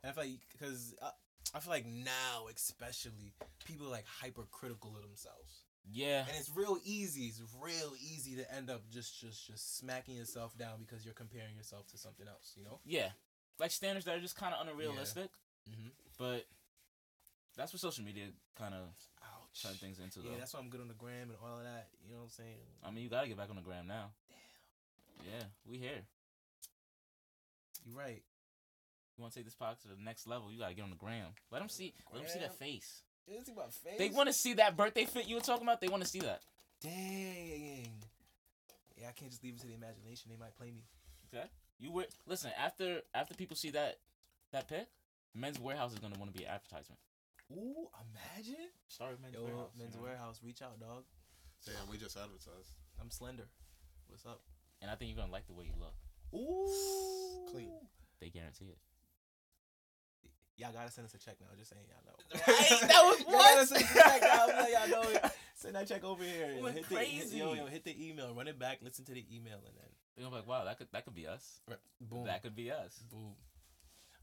And I feel like because I, I feel like now especially people are like hypercritical of themselves,
Yeah.
and it's real easy. It's real easy to end up just just just smacking yourself down because you're comparing yourself to something else. You know.
Yeah. Like standards that are just kind of unrealistic.
Mhm.
But that's what social media kind of
Ouch.
turn things into,
Yeah,
though.
that's why I'm good on the gram and all of that. You know what I'm saying?
I mean, you got to get back on the gram now. Yeah, we here.
You're right.
You want to take this podcast to the next level, you got to get on the gram. Let them see. Let them see
Gram.
that face.
It's about face.
They want to see that birthday fit you were talking about. They want to see that.
Dang. Yeah, I can't just leave it to the imagination. They might play me.
You were listen after after people see that that pic, Men's Warehouse is gonna want to be an advertisement.
Ooh, imagine.
Sorry, Men's
Yo,
Warehouse.
men's
you know?
warehouse, reach out, dog.
Damn, we just advertised.
I'm slender. What's up?
And I think you're gonna like the way you look.
Ooh.
Clean.
They guarantee it.
Y'all gotta send us a check now. Just saying, <laughs> y'all know.
Right? That was
Y'all gotta
what?
send us a check now. I'm letting y'all know
<laughs>
it. Send that check over here.
Went
hit the, hit- yo,
crazy.
yo, hit the email. Run it back. Listen to the email and then
They're gonna be like, wow, that could that could be us.
boom.
That could be us.
Boom.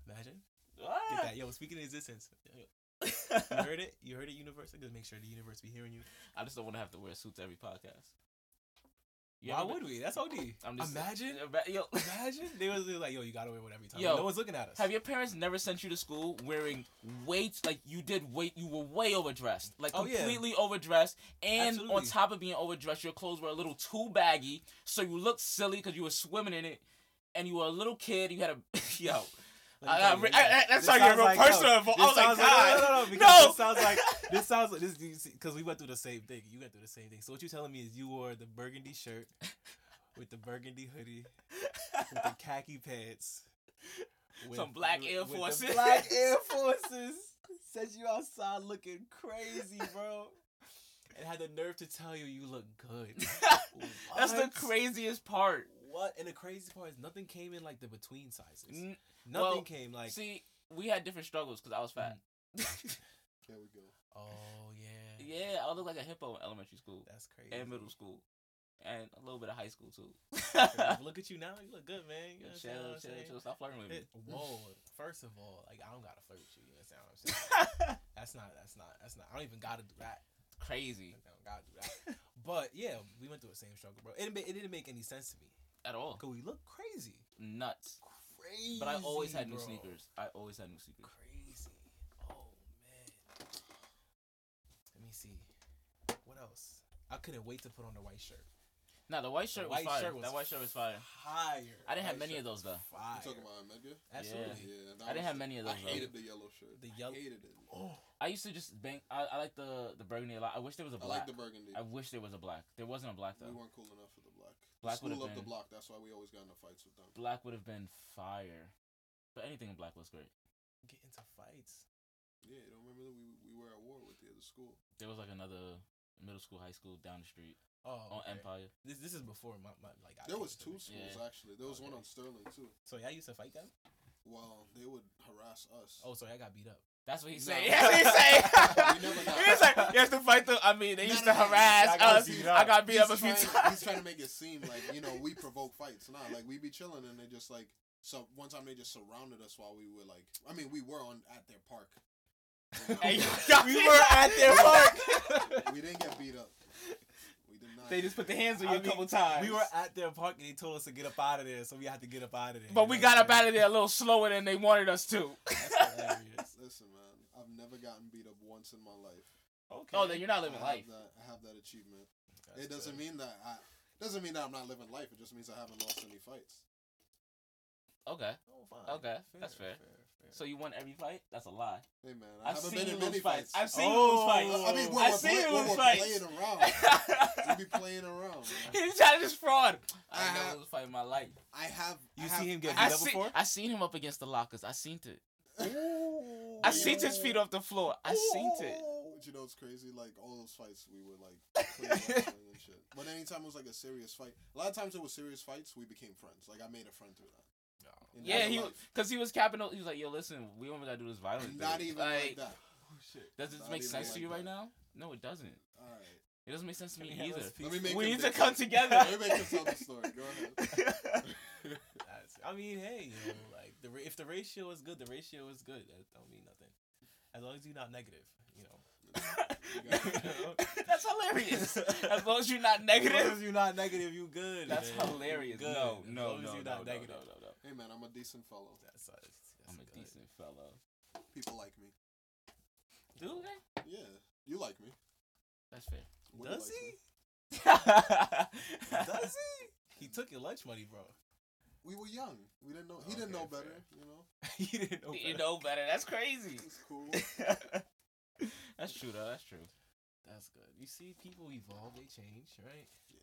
Imagine. Get
Ah.
that. Yo, speaking of existence. You <laughs>
<laughs>
heard it? You heard it, universe? Just make sure the universe be hearing you.
I just don't want to have to wear suits every podcast. You
Why
ever
would
been-
we? That's OD.
I'm just
Imagine,
<laughs> Ima- Yo,
imagine they was like, "Yo, you got away with everything.
Yo,
no one's looking at us."
have your parents never sent you to school wearing weight like you did? Weight you were way overdressed, like
Oh, yeah.
completely overdressed, and on
Absolutely.
top of being overdressed, your clothes were a little too baggy, so you looked silly because you were swimming in it, and you were a little kid. You had a <laughs> yo.
Let me
I-
tell
I-
you,
I-
this-
I- that's
this
how you're
sounds
real
yo,
personal
this
involved. I was like,
sounds
God,
no, no, no,
no.
because this sounds like this sounds like this because we went through the same thing. You went through the same thing. So what you telling me is you wore the burgundy shirt with the burgundy hoodie with the khaki pants, with,
Some black Air
with the
Forces.
black
<laughs>
Air Forces. Says you outside looking crazy, bro. And had the nerve to tell you you look good.
<laughs> That's the
What?
craziest part.
What? And the crazy part is nothing came in like the between sizes.
N-
Nothing
Mm, well,
came like.
See, we had different struggles because I was fat.
There we go.
Oh yeah.
yeah, I looked like a hippo in elementary school
That's crazy.
<laughs> and middle school, and a little bit of high school
<laughs>
too.
But look at you now. You look good, man. You
<laughs> Yo,
understand
chill,
what I'm
chill,
saying?
chill. Mm. Stop flirting with me.
It- whoa. First of all, like I don't gotta flirt with you. You understand what I'm saying?
<laughs>
That's not. That's not. That's not. I don't even gotta do that. I
Crazy
don't gotta do that. But yeah, we went through the same struggle, bro. It didn't. ma- It didn't make any sense to me.
at all.
Cause we look crazy.
Nuts.
Crazy.
Oh. But I always had new
bro.
sneakers. I always had new sneakers.
Crazy. Oh man. Let me see. What else? I couldn't wait to put on the white shirt.
Nah, the white shirt was
white
fire.
shirt was
that white shirt was fire.
Fire.
I didn't have
White
many
shirt
of those, though.
Fire.
You talking about Omega?
Absolutely.
Yeah. that
I didn't
was
have
the-
many
I
of those. though.
hated the yellow shirt.
The yellow-
Hated it.
Oh,
I used to just bang. I, I like the the burgundy a lot. I wish there was a
I
black.
like the burgundy.
I wish there was a black. There wasn't a black
we
though.
weren't cool enough for the black.
Black
the
would've
school up the
been-
block. That's why we always got into fights with them.
Black would have been fire. But anything in black was great.
get into fights.
Yeah, you don't remember that we we were at war with the other school.
There was like another middle school, high school down the street
Oh,
on
okay.
Empire.
This, this is before my, my like. I
There
came
was
to
two
the-
schools
Yeah.
actually. There was one
Okay.
on Sterling too.
So y'all used to fight them?
Well, they would harass us.
Oh, sorry, I got beat
<laughs>
up.
That's what he's
No.
saying. <laughs> That's
<laughs>
what he's
We
<laughs>
never
saying.
got-
he's like, you have to fight them. I mean, they
No,
used
no,
to
no,
harass
I got
us.
beat
I got beat
he's
up a few
trying,
times.
He's trying to make it seem like you know we provoke fights. Nah, like we be chilling and they just like so. One time they just surrounded us while we were like, I mean, we were on at their park.
<laughs> Hey,
You
yo,
We were at
<laughs>
their
park.
know, we didn't get beat up. We did not.
they just put their hands on you
I
a
mean,
couple times.
We were at their park and they told us to get up out of there, so we had to get up out of there.
but we got up out of there a little slower than they wanted us to.
That's hilarious.
Listen, man, I've never gotten beat up once in my life.
Okay.
<laughs> Oh, then you're not living
I
life.
Have that, I have that achievement.
That's
it doesn't
good.
mean that I doesn't mean that I'm not living life. It just means I haven't lost any fights.
Okay.
Oh, fine.
Okay, that's fair. So you won every fight? That's a lie.
Hey man, I
I've
haven't
seen
been
you
in
lose
many fights.
fights. I've seen you lose
Oh.
fights.
I mean, when
I've
we're,
seen
play-
you
when
lose
we're
fights. <laughs>
playing around, we be playing around. Man.
He's trying to just fraud. I,
I
never
have-
lose a fight in my life.
I have.
<laughs> You
I
see
have-
him get
I
beat
I,
up
have-
see,
before?
I seen him up against the lockers. I seen it.
Ooh.
I seen his feet off the floor. I seen it.
But you know it's crazy? Like all those fights, we were like playing wrestling and shit. But anytime it was like a serious fight, a lot of times it was serious fights. We became friends. Like I made a friend through that. In
Yeah,
real
he
life.
because he was capping. He was like, "Yo, listen, we don't gotta do this violent
not
thing."
even
like,
like, that.
Oh, shit.
Does this
not
make
even
sense to
like
you right
that.
now? No, it doesn't.
All right.
It doesn't make sense to
Can
me
we have
either.
those <laughs>
Let me
pieces?
make
We
him
need to
think.
come together.
<laughs> Let me make him tell the story. Go <laughs> ahead.
That's, I mean, hey, you know, like the ra- if the ratio is good, the ratio is good. That don't mean nothing. As long as you're not negative, you know.
You got it.
<laughs> That's hilarious. As long as you're not negative.
As long as you're not negative, you good.
<laughs> That's
man. You
hilarious.
Good.
No,
As
no,
long
no,
as
no,
you're
no,
not
no,
negative.
no, no.
Hey man, I'm a decent fellow.
That's, that's, that's
I'm a
good.
decent fellow.
People like me.
Do they?
Yeah, you like me.
That's
<laughs>
fair. <laughs>
Woody
Does
likes me.
he?
Does
Does he? He took your lunch money, bro. <laughs>
We were young. We didn't know. He didn't
Okay,
know
fair.
better. You know,
he didn't know.
You
better.
know better.
<laughs>
That's crazy.
it's cool.
That's true though. That's true.
That's good. You see, people evolve, they change, right?
yeah,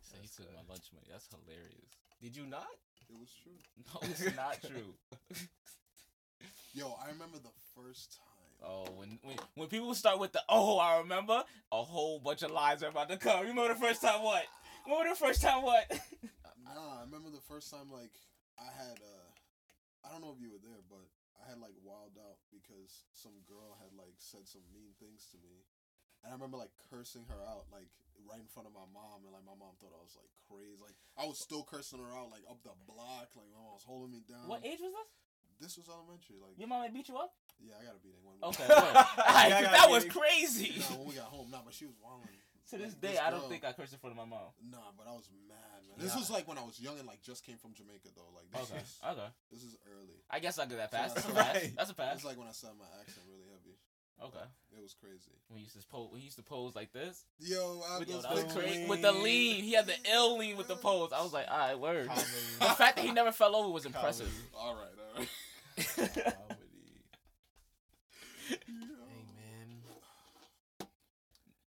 So he
That's
took
good.
my lunch money. That's hilarious. <laughs>
Did you not?
it was true.
No, it's
<laughs>
not true.
Yo, I remember the first time.
Oh, when, when when people start with the oh, I remember, a whole bunch of lies are about to come. Remember the first time what? Remember the first time what?
Nah, I remember the first time. Like I had. uh I don't know if you were there, but I had like wild out because some girl had like said some mean things to me, and I remember like cursing her out like right in front of my mom, and like my mom thought I was like crazy. Like I was still cursing her out like up the block. Like my mom was holding me down.
<laughs> what age was this?
This was elementary. Like
Your mama beat you up?
yeah, I gotta be there. When we- <laughs>
<laughs> Okay. good. Alright, 'cause
Yeah, I got
that was
you.
<laughs> crazy.
Nah, when we got home, nah, but she was wilding.
to this
Like,
day,
this
I don't
girl-
think I cursed in front of my mom.
Nah, but I was mad, man. This
Yeah.
was like when I was young and like just came from Jamaica though. Like this
Okay,
is
<laughs> okay.
this is early.
I guess I get that
So
pass.
that's
That's a
like-
pass. That's a pass.
It's like when I said my accent really heavy.
Okay.
It was crazy.
When he used to pose, when he used to pose like this
Yo, I
with,
was
that was
like-
crazy. With the lean, he had the ill lean with the pose. I was like, all right, word. The fact that he never fell over was impressive.
All right, all right.
<laughs>
Comedy.
Yo.
<laughs> Hey man.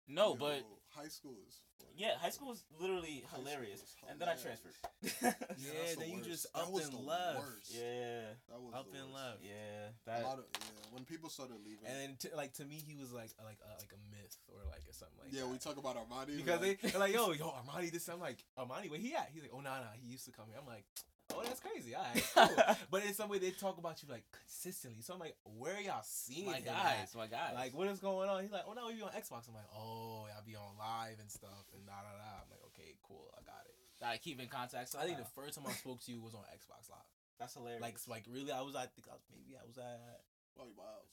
No,
Yo,
but
high school is. funny.
yeah, high school was literally
High school
hilarious.
was
And then I
hilarious.
transferred.
Yeah,
<laughs>
<laughs> Yeah,
that's the
then you
worst.
just
That
up
was
and
the
left.
worst.
yeah,
That was
Up
the
and
worst.
left.
yeah.
A
That
lot of, yeah, when people started leaving.
And then, t- like to me, he was like, a- like, uh, like a myth or like something like.
yeah,
that.
we talk about Armani
because they
like,
they're like, yo, yo, Armani. This, I'm like, Armani, where he at? He's like, oh, nah, nah, he used to come here. I'm like, oh, that's crazy. All right, <laughs>
<laughs>
cool. but in some way, they talk about you like consistently. So I'm like, where y'all seeing
my
him at?
guys, my guys.
Like, what is going on? He's like, oh, no, you on Xbox. I'm like, oh, I'll be on live and stuff and da da da. I'm like, okay, cool, I got it.
that I keep in contact.
So I think the first time I spoke to you was on Xbox Live. <laughs>
that's hilarious.
Like, s- like really, I was, I think I was, maybe I was at,
Probably Miles.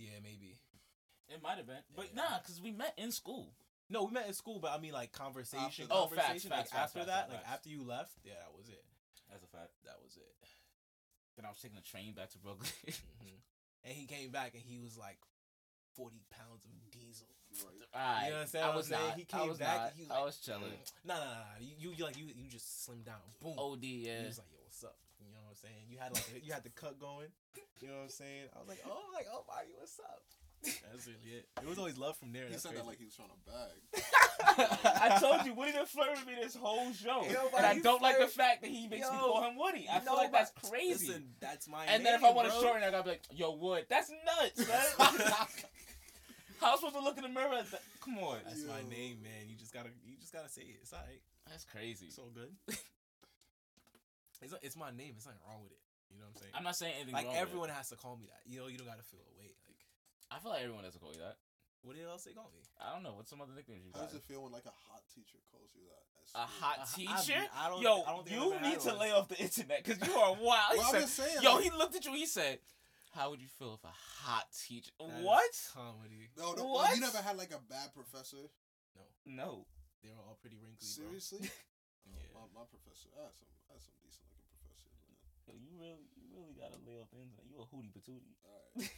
yeah, maybe.
it might have been, but
Yeah.
nah, cause we met in school.
No, we met in school, but I mean, like, conversation,
After-
Oh,
conversation.
facts,
like,
facts, facts,
after
facts,
that,
facts,
like,
facts.
after you left, yeah, that was it.
That's a fact.
That was it.
Then I was taking a train back to <laughs> Brooklyn.
Mhm. And he came back and he was like 40 pounds of diesel.
Right.
Alright,
You know what I'm saying?
I
What I'm
was
saying?
not.
He
I
came
was
back
not.
and he was
I
like,
was chilling.
No, no, no, no. You, you like you, you just slimmed down.
<laughs>
Boom.
OD, Oh, yeah.
"Mm." He was like, yo, what's up? You know what I'm saying? You had like you had the cut going. You know what I'm saying? I was like, oh, like oh, Bobby, what's up? That's really it. It was always love from there.
He
That's
said
crazy.
that like he was trying to bag.
I told you, Woody done flirt with me this whole show,
"Mm." Yo,
and I
you
don't like the
flirt-
fact that he makes me
Yo,
call him Woody. I
No,
feel like that's
but-
crazy.
Listen, that's my.
and then if I
name,
want to
bro.
shorten, it, I gotta be like, "Yo, Wood, that's <laughs> nuts." Man. How am I supposed to look in the mirror? At that? Come on,
That's my
Yo.
name, man. You just gotta, you just gotta say it. It's alright.
that's crazy.
It's all good. <laughs> it's it's my name. It's nothing wrong with it. You know what I'm saying?
I'm not saying anything
like
wrong.
everyone
with
has to call me that. You know, you don't gotta feel away. Like,
it. I feel like everyone has a call you that.
what else they call me?
I don't know what's some other nicknames you
How
got.
does it feel when like a hot teacher calls you that? at
A
school?
hot
I- I-
teacher?
I don't-
Yo,
I don't think I've
you
ever had
need to
one. <laughs>
lay off the internet because you are wild. He
Well, I'm
said-
just saying.
Yo,
like,
he looked at you. He said, "How would you feel if a hot teacher?"
That is
what?
comedy?
No, no,
What?
you never had like a bad professor.
No.
They were all pretty wrinkly, bro.
Seriously? Oh,
Yeah.
my, my professor, I had some, I had some decent looking professors, man.
Yo, you really, you really gotta lay off the internet. You a hootie patootie.
All right.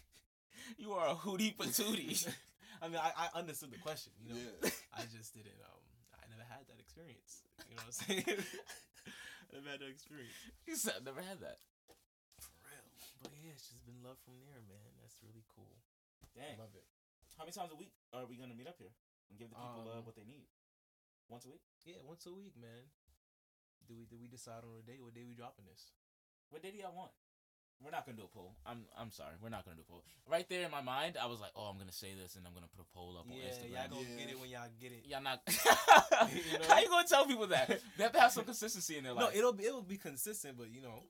You are a hootie patootie.
<laughs> <laughs> I mean, I, I understood the question. You know,
Yeah.
I just didn't. Um, I never had that experience. You know what I'm <laughs> saying? I never had that experience.
he said, "I've never had that."
For real. But yeah, it's just been love from there, man. That's really cool. I
Dang.
love it.
How many times a week are we gonna meet up here and give the people uh,
Um,
what they need? Once a week.
Yeah, once a week, man. Do we do we decide on a day? What day we dropping this?
What day do y'all want? We're not gonna do a poll. I'm I'm sorry. We're not gonna do a poll. Right there in my mind, I was like, oh, I'm gonna say this and I'm gonna put a poll up on Instagram.
y'all gonna
Yeah.
get it when y'all get it.
Y'all not.
<laughs>
<laughs>
You know?
How you gonna tell
<laughs>
people that? They have to have some consistency in their
No,
life.
it'll be it'll be consistent, but you know,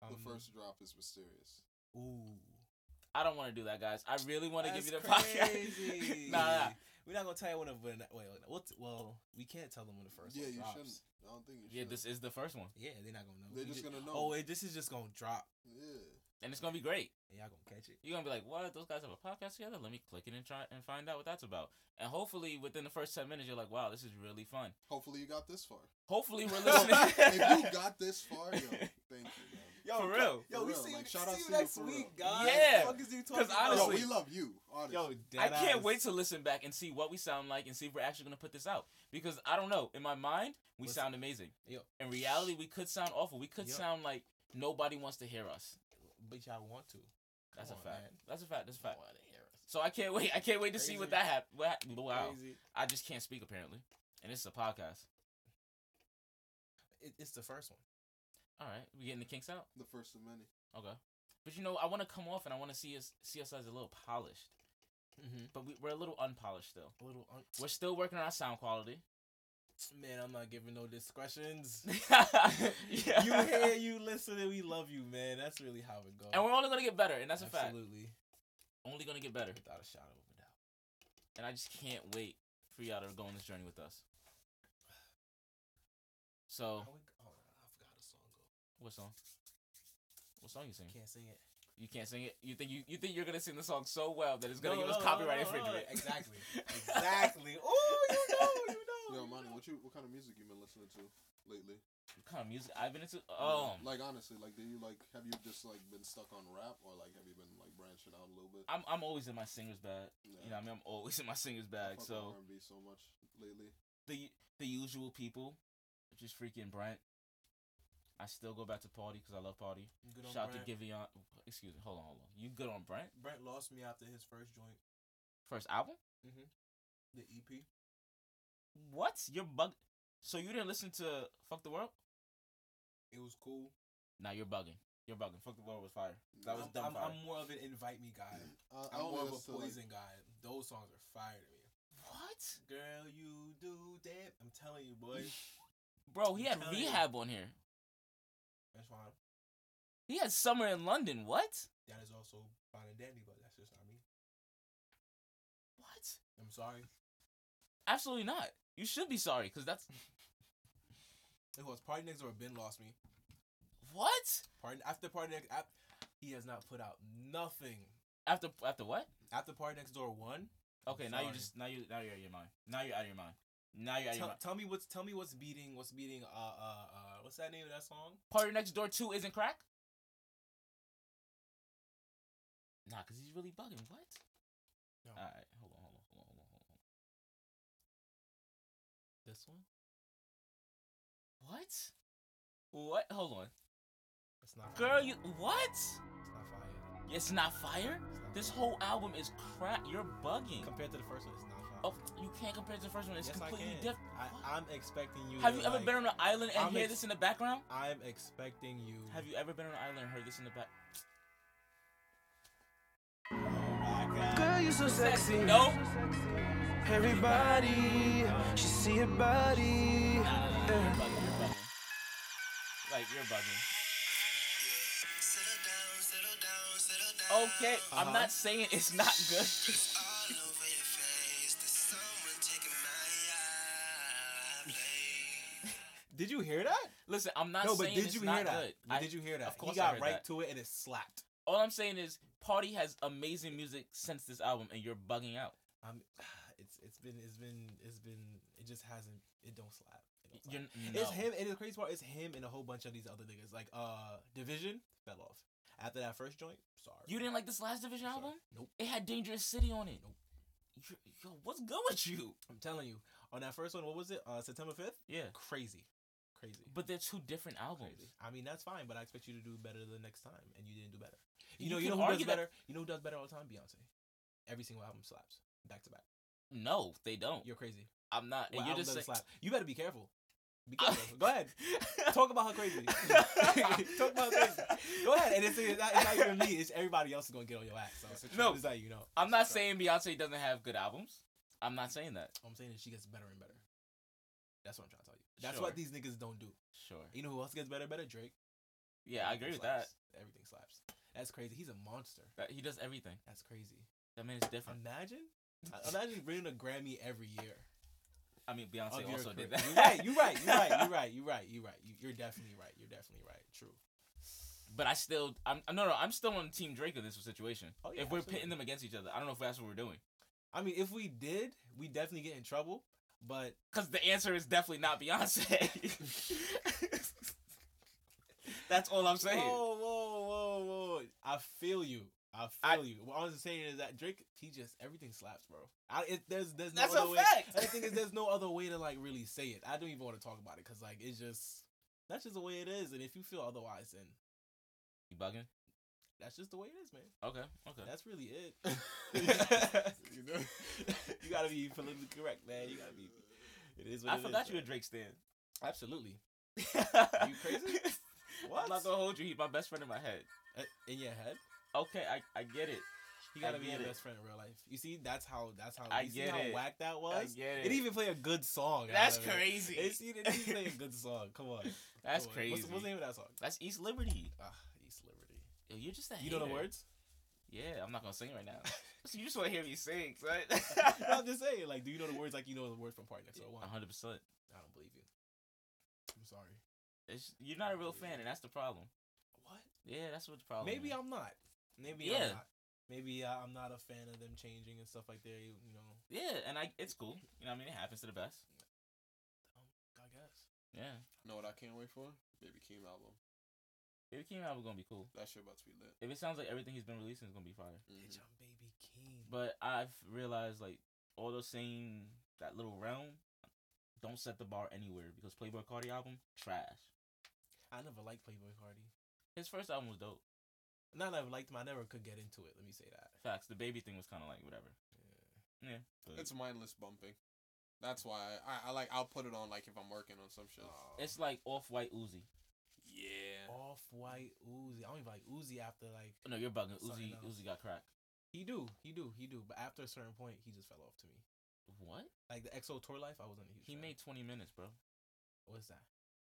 the
um,
first drop is mysterious.
Ooh,
I don't want to do that, guys. I really want to give you the <laughs>
That's
podcast.
crazy.
nah, nah.
We're not gonna tell you when the when the- wait, wait, what? Well, we can't tell them when the first.
yeah,
one
you
drops.
shouldn't. I don't think you
Yeah,
should.
this is the first one,
Yeah, they're not gonna know.
They're
We
just
ju-
gonna
Oh,
know.
wait, this is just gonna drop,
yeah.
and it's gonna be great.
and y'all gonna catch it.
You're gonna be like, "What? Those guys have a podcast together? Let me click it and try and find out what that's about." And hopefully, within the first ten minutes, you're like, "Wow, this is really fun."
Hopefully you got this far.
Hopefully,
<laughs>
we're
Yo,
listening.
<laughs>
if you got this far, yo, thank you, man.
for real.
yo, For we real, see you- like, shout see out you Cena next for real. week,
guys. Yeah. What the
you
talking about?
Yo,
Honestly.
we love you, honestly.
I can't wait to listen back and see what we sound like and see if we're actually gonna put this out because I don't know. In my mind, we
Listen.
sound amazing.
Yo.
In reality, we could sound awful. We could
Yo.
sound like nobody wants to hear us.
but y'all want to.
That's
Come
a
on,
fact.
man.
That's a fact. That's a fact.
Y'all wanna hear us.
So I can't wait. I can't wait to see what that
Crazy.
happened. What happened? Wow.
Crazy.
I just can't speak apparently, and this is a podcast.
It, it's the first one.
All right, we getting the kinks out.
The first of many.
Okay. But you know, I want to come off and I want to see us see us as a little polished,
Mm-hmm.
but we, we're a little unpolished still.
A little un-
We're still working on our sound quality.
man. I'm not giving no discretions. <laughs>
<laughs> Yeah.
You here, you listening. We love you, man. That's really how it goes.
And we're only gonna get better, and that's a fact.
absolutely
Only gonna get better.
without a shadow of a doubt.
And I just can't wait for y'all to go on this journey with us. So,
How we- oh, I forgot how the song go.
what song? What song you singing?
Can't sing it.
You can't sing it. You think you, you think you're gonna sing the song so well that it's gonna
No,
give us
no, no,
copyright
no, no,
infringement. <laughs>
Exactly. Exactly. oh, you know, you know.
Yo,
you
Monty,
know.
what you what kind of music you been listening to lately?
What kind of music I've been into?
Mm,
Um,
like honestly, like do you like have you just like been stuck on rap or like have you been like branching out a little bit?
I'm I'm always in my singer's bag.
Yeah.
You know, what I mean, I'm always in my singer's
I
bag.
fuck
So.
with R&B so much lately.
the the usual people, just freaking Brent. I still go back to party because I love party.
Good on
Shout
Brent.
out to Giveon. Excuse me. Hold on, hold on. You good on Brent?
Brent lost me after his first joint,
First album?
the E EP.
What? You're bug. So you didn't listen to Fuck the World?
It was cool.
Now you're bugging. You're bugging. Fuck the World was fire. That was
I'm,
dumb
I'm,
fire.
I'm more of an invite me guy.
Uh, I
I'm
only
more of a
listen to, like-
poison guy. Those songs are fire to me.
What?
Girl, you do that. I'm telling you, boy.
Bro, he
I'm
had
telling you.
rehab on here.
That's fine.
He had Summer in London. What?
That is also fine and dandy, but that's just not me.
What?
I'm sorry.
Absolutely not. You should be sorry because that's
It was Party Next Door. Ben lost me.
what
Party after Party Next. Ap- he has not put out nothing.
after after what?
After Party Next Door one. I'm
Okay, now you
sorry.
just now you now you're out of your mind. Now you're out of your mind. Now you're out of your
Tell,
mind.
tell me what's tell me what's beating what's beating uh uh uh what's that name of that song?
Party Next Door 2 isn't crack? Nah, because he's really bugging. What?
No.
Alright, hold on, hold on, hold on, hold on, hold on.
This one?
What? What? Hold on.
It's not
Girl, you. What?
It's not fire.
It's not fire?
It's not
This
fire.
whole album is crap. You're bugging.
compared to the first one, it's not fire.
Oh, you can't compare it to the first one. It's
Yes, I
completely
can.
different.
I, I'm expecting you.
Have
to,
you ever
like-
been on an island and
I'm
hear
ex-
this in the background?
I'm expecting you.
Have you ever been on an island and heard this in the back?
Girl, you so sexy.
No?
Everybody, she see your body.
Nah, nah, nah, you're bugging, you're bugging. Like, you're bugging. Okay,
Uh-huh.
I'm not saying it's not good. <laughs> <laughs>
Did you hear that?
Listen, I'm not
no,
saying
but did
it's
you
not
hear that?
good.
But
I-
did you hear that?
of course
he
I
got
heard
right
that.
to it and it slapped.
all I'm saying is Party has amazing music since this album, and you're bugging out.
I'm. Um, <sighs> It's it's been it's been it's been it just hasn't it don't slap. It don't slap.
You're, no.
It's him, and the crazy part is him and a whole bunch of these other niggas. Like, uh, Division fell off after that first joint. Sorry,
You didn't like this last division
Sorry.
album?
Nope.
It had Dangerous City on it.
Nope.
You're, yo, what's good with you?
I'm telling you, on that first one, what was it? Uh, September fifth.
Yeah,
Crazy, crazy.
but they're two different albums.
Crazy. I mean, that's fine, but I expect you to do better the next time, and you didn't do better. You,
You
know, you know
can
who does
argue that-
better. You know who does better all the time? Beyonce. Every single album slaps back to back.
No, they don't.
You're crazy.
I'm not. and
Well,
you're
album
just
doesn't
saying,
slap. You better be careful. Be
I-
careful. Go
<laughs>
ahead. Talk about her crazy. Talk about her crazy. Go ahead. And it's, it's, not, it's not even me. It's everybody else is gonna get on your ass. So it's
No.
it's like you know.
I'm not saying Beyonce doesn't have good albums. I'm not saying that.
What I'm saying is she gets better and better. That's what I'm trying to tell you. That's
Sure.
what these niggas don't do.
Sure.
You know who else gets better? and Better Drake.
Yeah,
Everything
I agree with that.
slaps. Everything slaps. That's crazy. He's a monster.
That- He does everything.
That's crazy.
That man is different. <laughs>
Imagine, I- imagine winning a Grammy every year.
I mean, Beyonce
of your
also
career.
did that.
You're right. You're
<laughs>
right. You're right. You're right. You're right. You're right. You- You're definitely right. You're definitely right. True.
But I still, I'm no, no. I'm still on Team Drake in this situation.
Oh, yeah,
if we're
absolutely.
pitting them against each other, I don't know if that's what we're doing.
I mean, if we did, we definitely get in trouble. But
Because the answer is definitely not Beyonce. <laughs> that's all I'm saying.
whoa, whoa, whoa, whoa! I feel you. I feel
I-
you. What I was saying is that Drake, he just everything slaps, bro. I, it, there's there's no
That's
other
a
way.
fact.
And the
<laughs>
thing is, there's no other way to like really say it. I don't even want to talk about it because like it's just that's just the way it is. And if you feel otherwise, then
You bugging?
that's just the way it is, man.
Okay, okay.
That's really it. <laughs>
You know?
you gotta be politically correct, man. You gotta be. It is what
I
it
forgot
is,
you were a
man. <laughs>
Drake stan.
Absolutely.
you
crazy?
I'm not gonna hold you. He's my best friend in my head.
Uh, In your head.
Okay, I, I get it.
You gotta
I
be your
get it.
best friend in real life. You see, that's how that's how
I
you see
get
how
it.
whack that
I
was.
get
It
it.
didn't even play a good song. out
That's
of it.
crazy.
It see, it didn't even play a good song. Come on.
<laughs> That's
Come on.
crazy.
What's, what's the name of that song?
That's East Liberty.
Ah, East Liberty.
Yo, you're just a
You know the
hater. <laughs>
words?
Yeah, I'm not gonna sing right
<laughs>
now. So you just wanna hear me sing, right?
No, I'm just saying. Like, do you know the words? Like, you know the word from Party Next Door? One.
100. percent
I don't believe you. I'm sorry.
It's, you're not a real fan, and that's the problem.
What?
Yeah, that's what the problem.
Maybe
is.
I'm not. Maybe I'm
Oh. Yeah.
not. Maybe I, I'm not a fan of them changing and stuff like that. You, you know,
Yeah, and I it's cool. You know, what I mean, it happens to the best.
um, I guess.
Yeah,
Know what I can't wait for? Baby Keem album.
Baby Keem album gonna be cool.
That shit about to be lit. Mm-hmm.
If it sounds like everything he's been releasing is gonna be fire.
Bitch, I'm Baby King.
But I've realized like all those same that little realm don't set the bar anywhere because Playboy Cardi album trash.
I never liked Playboy Cardi.
His first album was dope.
Not that I liked him. I never could get into it. Let me say that.
Facts. The baby thing was kind of like whatever. Yeah. but
It's mindless bumping. That's why I, I, I like I'll put it on like if I'm working on some shit.
it's like off white
Oh,
Uzi.
yeah.
Off White Uzi. I don't even like Uzi after like
No, you're bugging. Uzi
Something else.
Uzi got cracked.
he do, he do, he do. But after a certain point, he just fell off to me.
What?
Like the EXO tour life, I wasn't a huge.
He
fan.
made 20 minutes, bro.
what's that?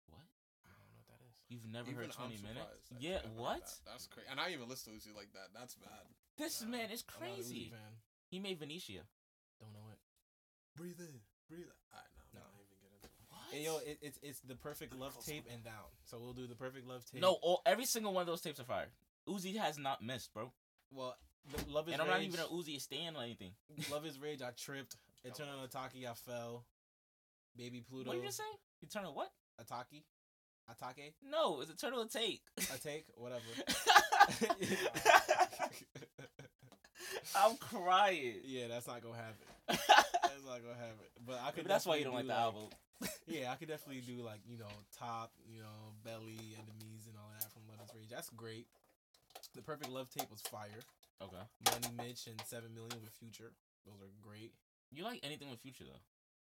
What?
I don't know what that is.
You've never
Even
heard
I'm
20 minutes?
surprised that
Yeah.
you haven't heard
What?
that. That's crazy. And I even listen to Uzi like that. That's bad.
This
Nah,
man is
I'm not a Uzi
crazy.
fan.
He made Venetia.
Don't know it.
Breathe in. Breathe out. Alright,
No.
no, I'm not even getting into it.
What?
And yo, it, it's it's the perfect love
Close
tape
one.
and down. So we'll do the perfect love tape.
no, all, every single one of those tapes are fire. Uzi has not missed, bro.
well, the love is
And I'm not
rage.
even an Uzi stand or anything.
love is rage. I
<laughs>
tripped. Eternal Ataki. I fell. Baby Pluto.
What did you just say? Eternal what?
Ataki. Atake.
No, it's Eternal Take.
<laughs> A take. Whatever.
<laughs> I'm crying.
yeah, that's not gonna happen.
<laughs> Maybe
That's not gonna happen. But I could.
that's why you don't like
definitely
the
do,
album.
Yeah, I could definitely do like you know top, you know belly enemies and all of that from Love Is Rage. That's great. The perfect love tape was fire.
Okay.
Money Mitch and Seven Million with Future. Those are great.
You like anything with Future though?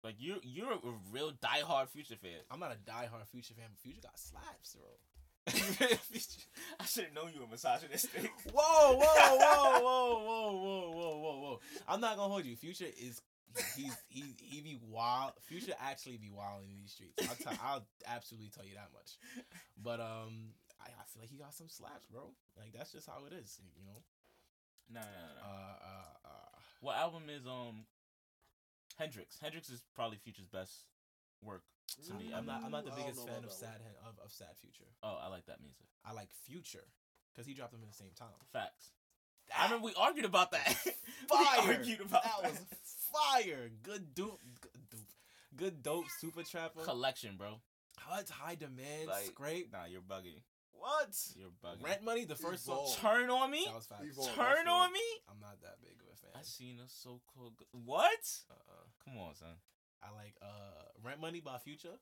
Like you, you're a real diehard Future fan. <laughs>
I'm not a diehard Future fan, but Future got slaps, bro. <laughs>
I should have known you were misogynistic.
Whoa, whoa, whoa, whoa, whoa, whoa, whoa, whoa, whoa! I'm not gonna hold you. Future is he's he he be wild. Future actually be wild in these streets. I'll, tell, I'll absolutely tell you that much. But um, I, I feel like he got some slaps, bro. Like that's just how it is, you know.
<laughs> No, no, no.
Uh, uh, uh
What album is um Hendrix? Hendrix is probably Future's best work. To me,
Mm,
I'm not I'm not the
I don't
biggest
know
fan
about
of
that
sad Hen- of of sad Future.
Oh, I like that music.
I like Future because he dropped them in the same time.
Facts. I remember we argued about that.
Fire.
<laughs> we argued about
That
<laughs>
was fire. Good dupe, good dupe, good dope. Super trapper.
collection, bro.
Hut's high demand.
Like-
scrape.
Nah, you're bugging.
What?
You're bugging.
Rent money. The first song.
Evolve.
Turn on me.
That was fast.
Evolve. That's
Turn on
it.
me.
I'm not that big of a fan.
I seen a so called what?
Uh, uh
Come on, son.
I like uh Rent Money by Future.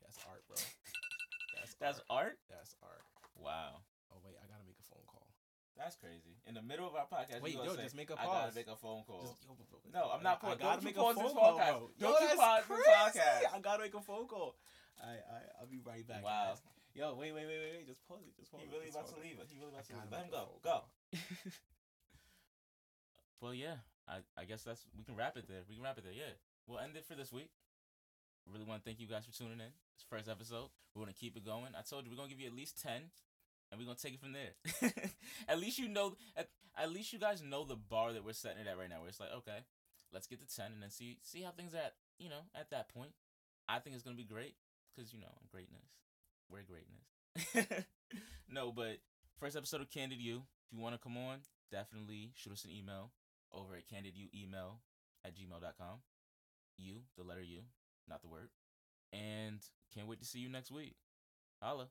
That's art, bro. That's
That's
art.
art.
That's art.
Wow.
Oh wait, I gotta make a phone call.
That's crazy. In the middle of our podcast,
Wait,
you
yo,
gonna say,
just make a
I
pause.
gotta make a phone call.
Just- yo, bro, bro,
Oh. No, I'm
bro, I
not pause-
gotta
don't
make
you
a
pause this
phone call,
podcast.
bro.
Don't you
that's
pause this
crazy.
podcast.
I gotta make a phone call. I I I'll be right back.
Wow.
guys. Yo, wait, wait, wait, wait, wait. Just pause it. Just pause
he
it.
really
just
about
pause
to
it.
leave it. He really
I
about <laughs> to
gotta
leave it. Let him
make a
go.
phone
Go.
call.
Well, yeah. I, I guess that's we can wrap it there. We can wrap it there. Yeah. We'll end it for this week. Really want to thank you guys for tuning in. It's the first episode. We're gonna keep it going. I told you we're gonna give you at least ten, and we're gonna take it from there. <laughs> at least you know. At, at least you guys know the bar that we're setting it at right now. Where it's like, okay, let's get to ten, and then see see how things are. At, you know, at that point, I think it's gonna be great because you know I'm greatness. We're greatness. <laughs> no, but first episode of Candid You. If you want to come on, definitely shoot us an email over at candiduemail at gmail.com. You, the letter U, not the word. And can't wait to see you next week. Holla.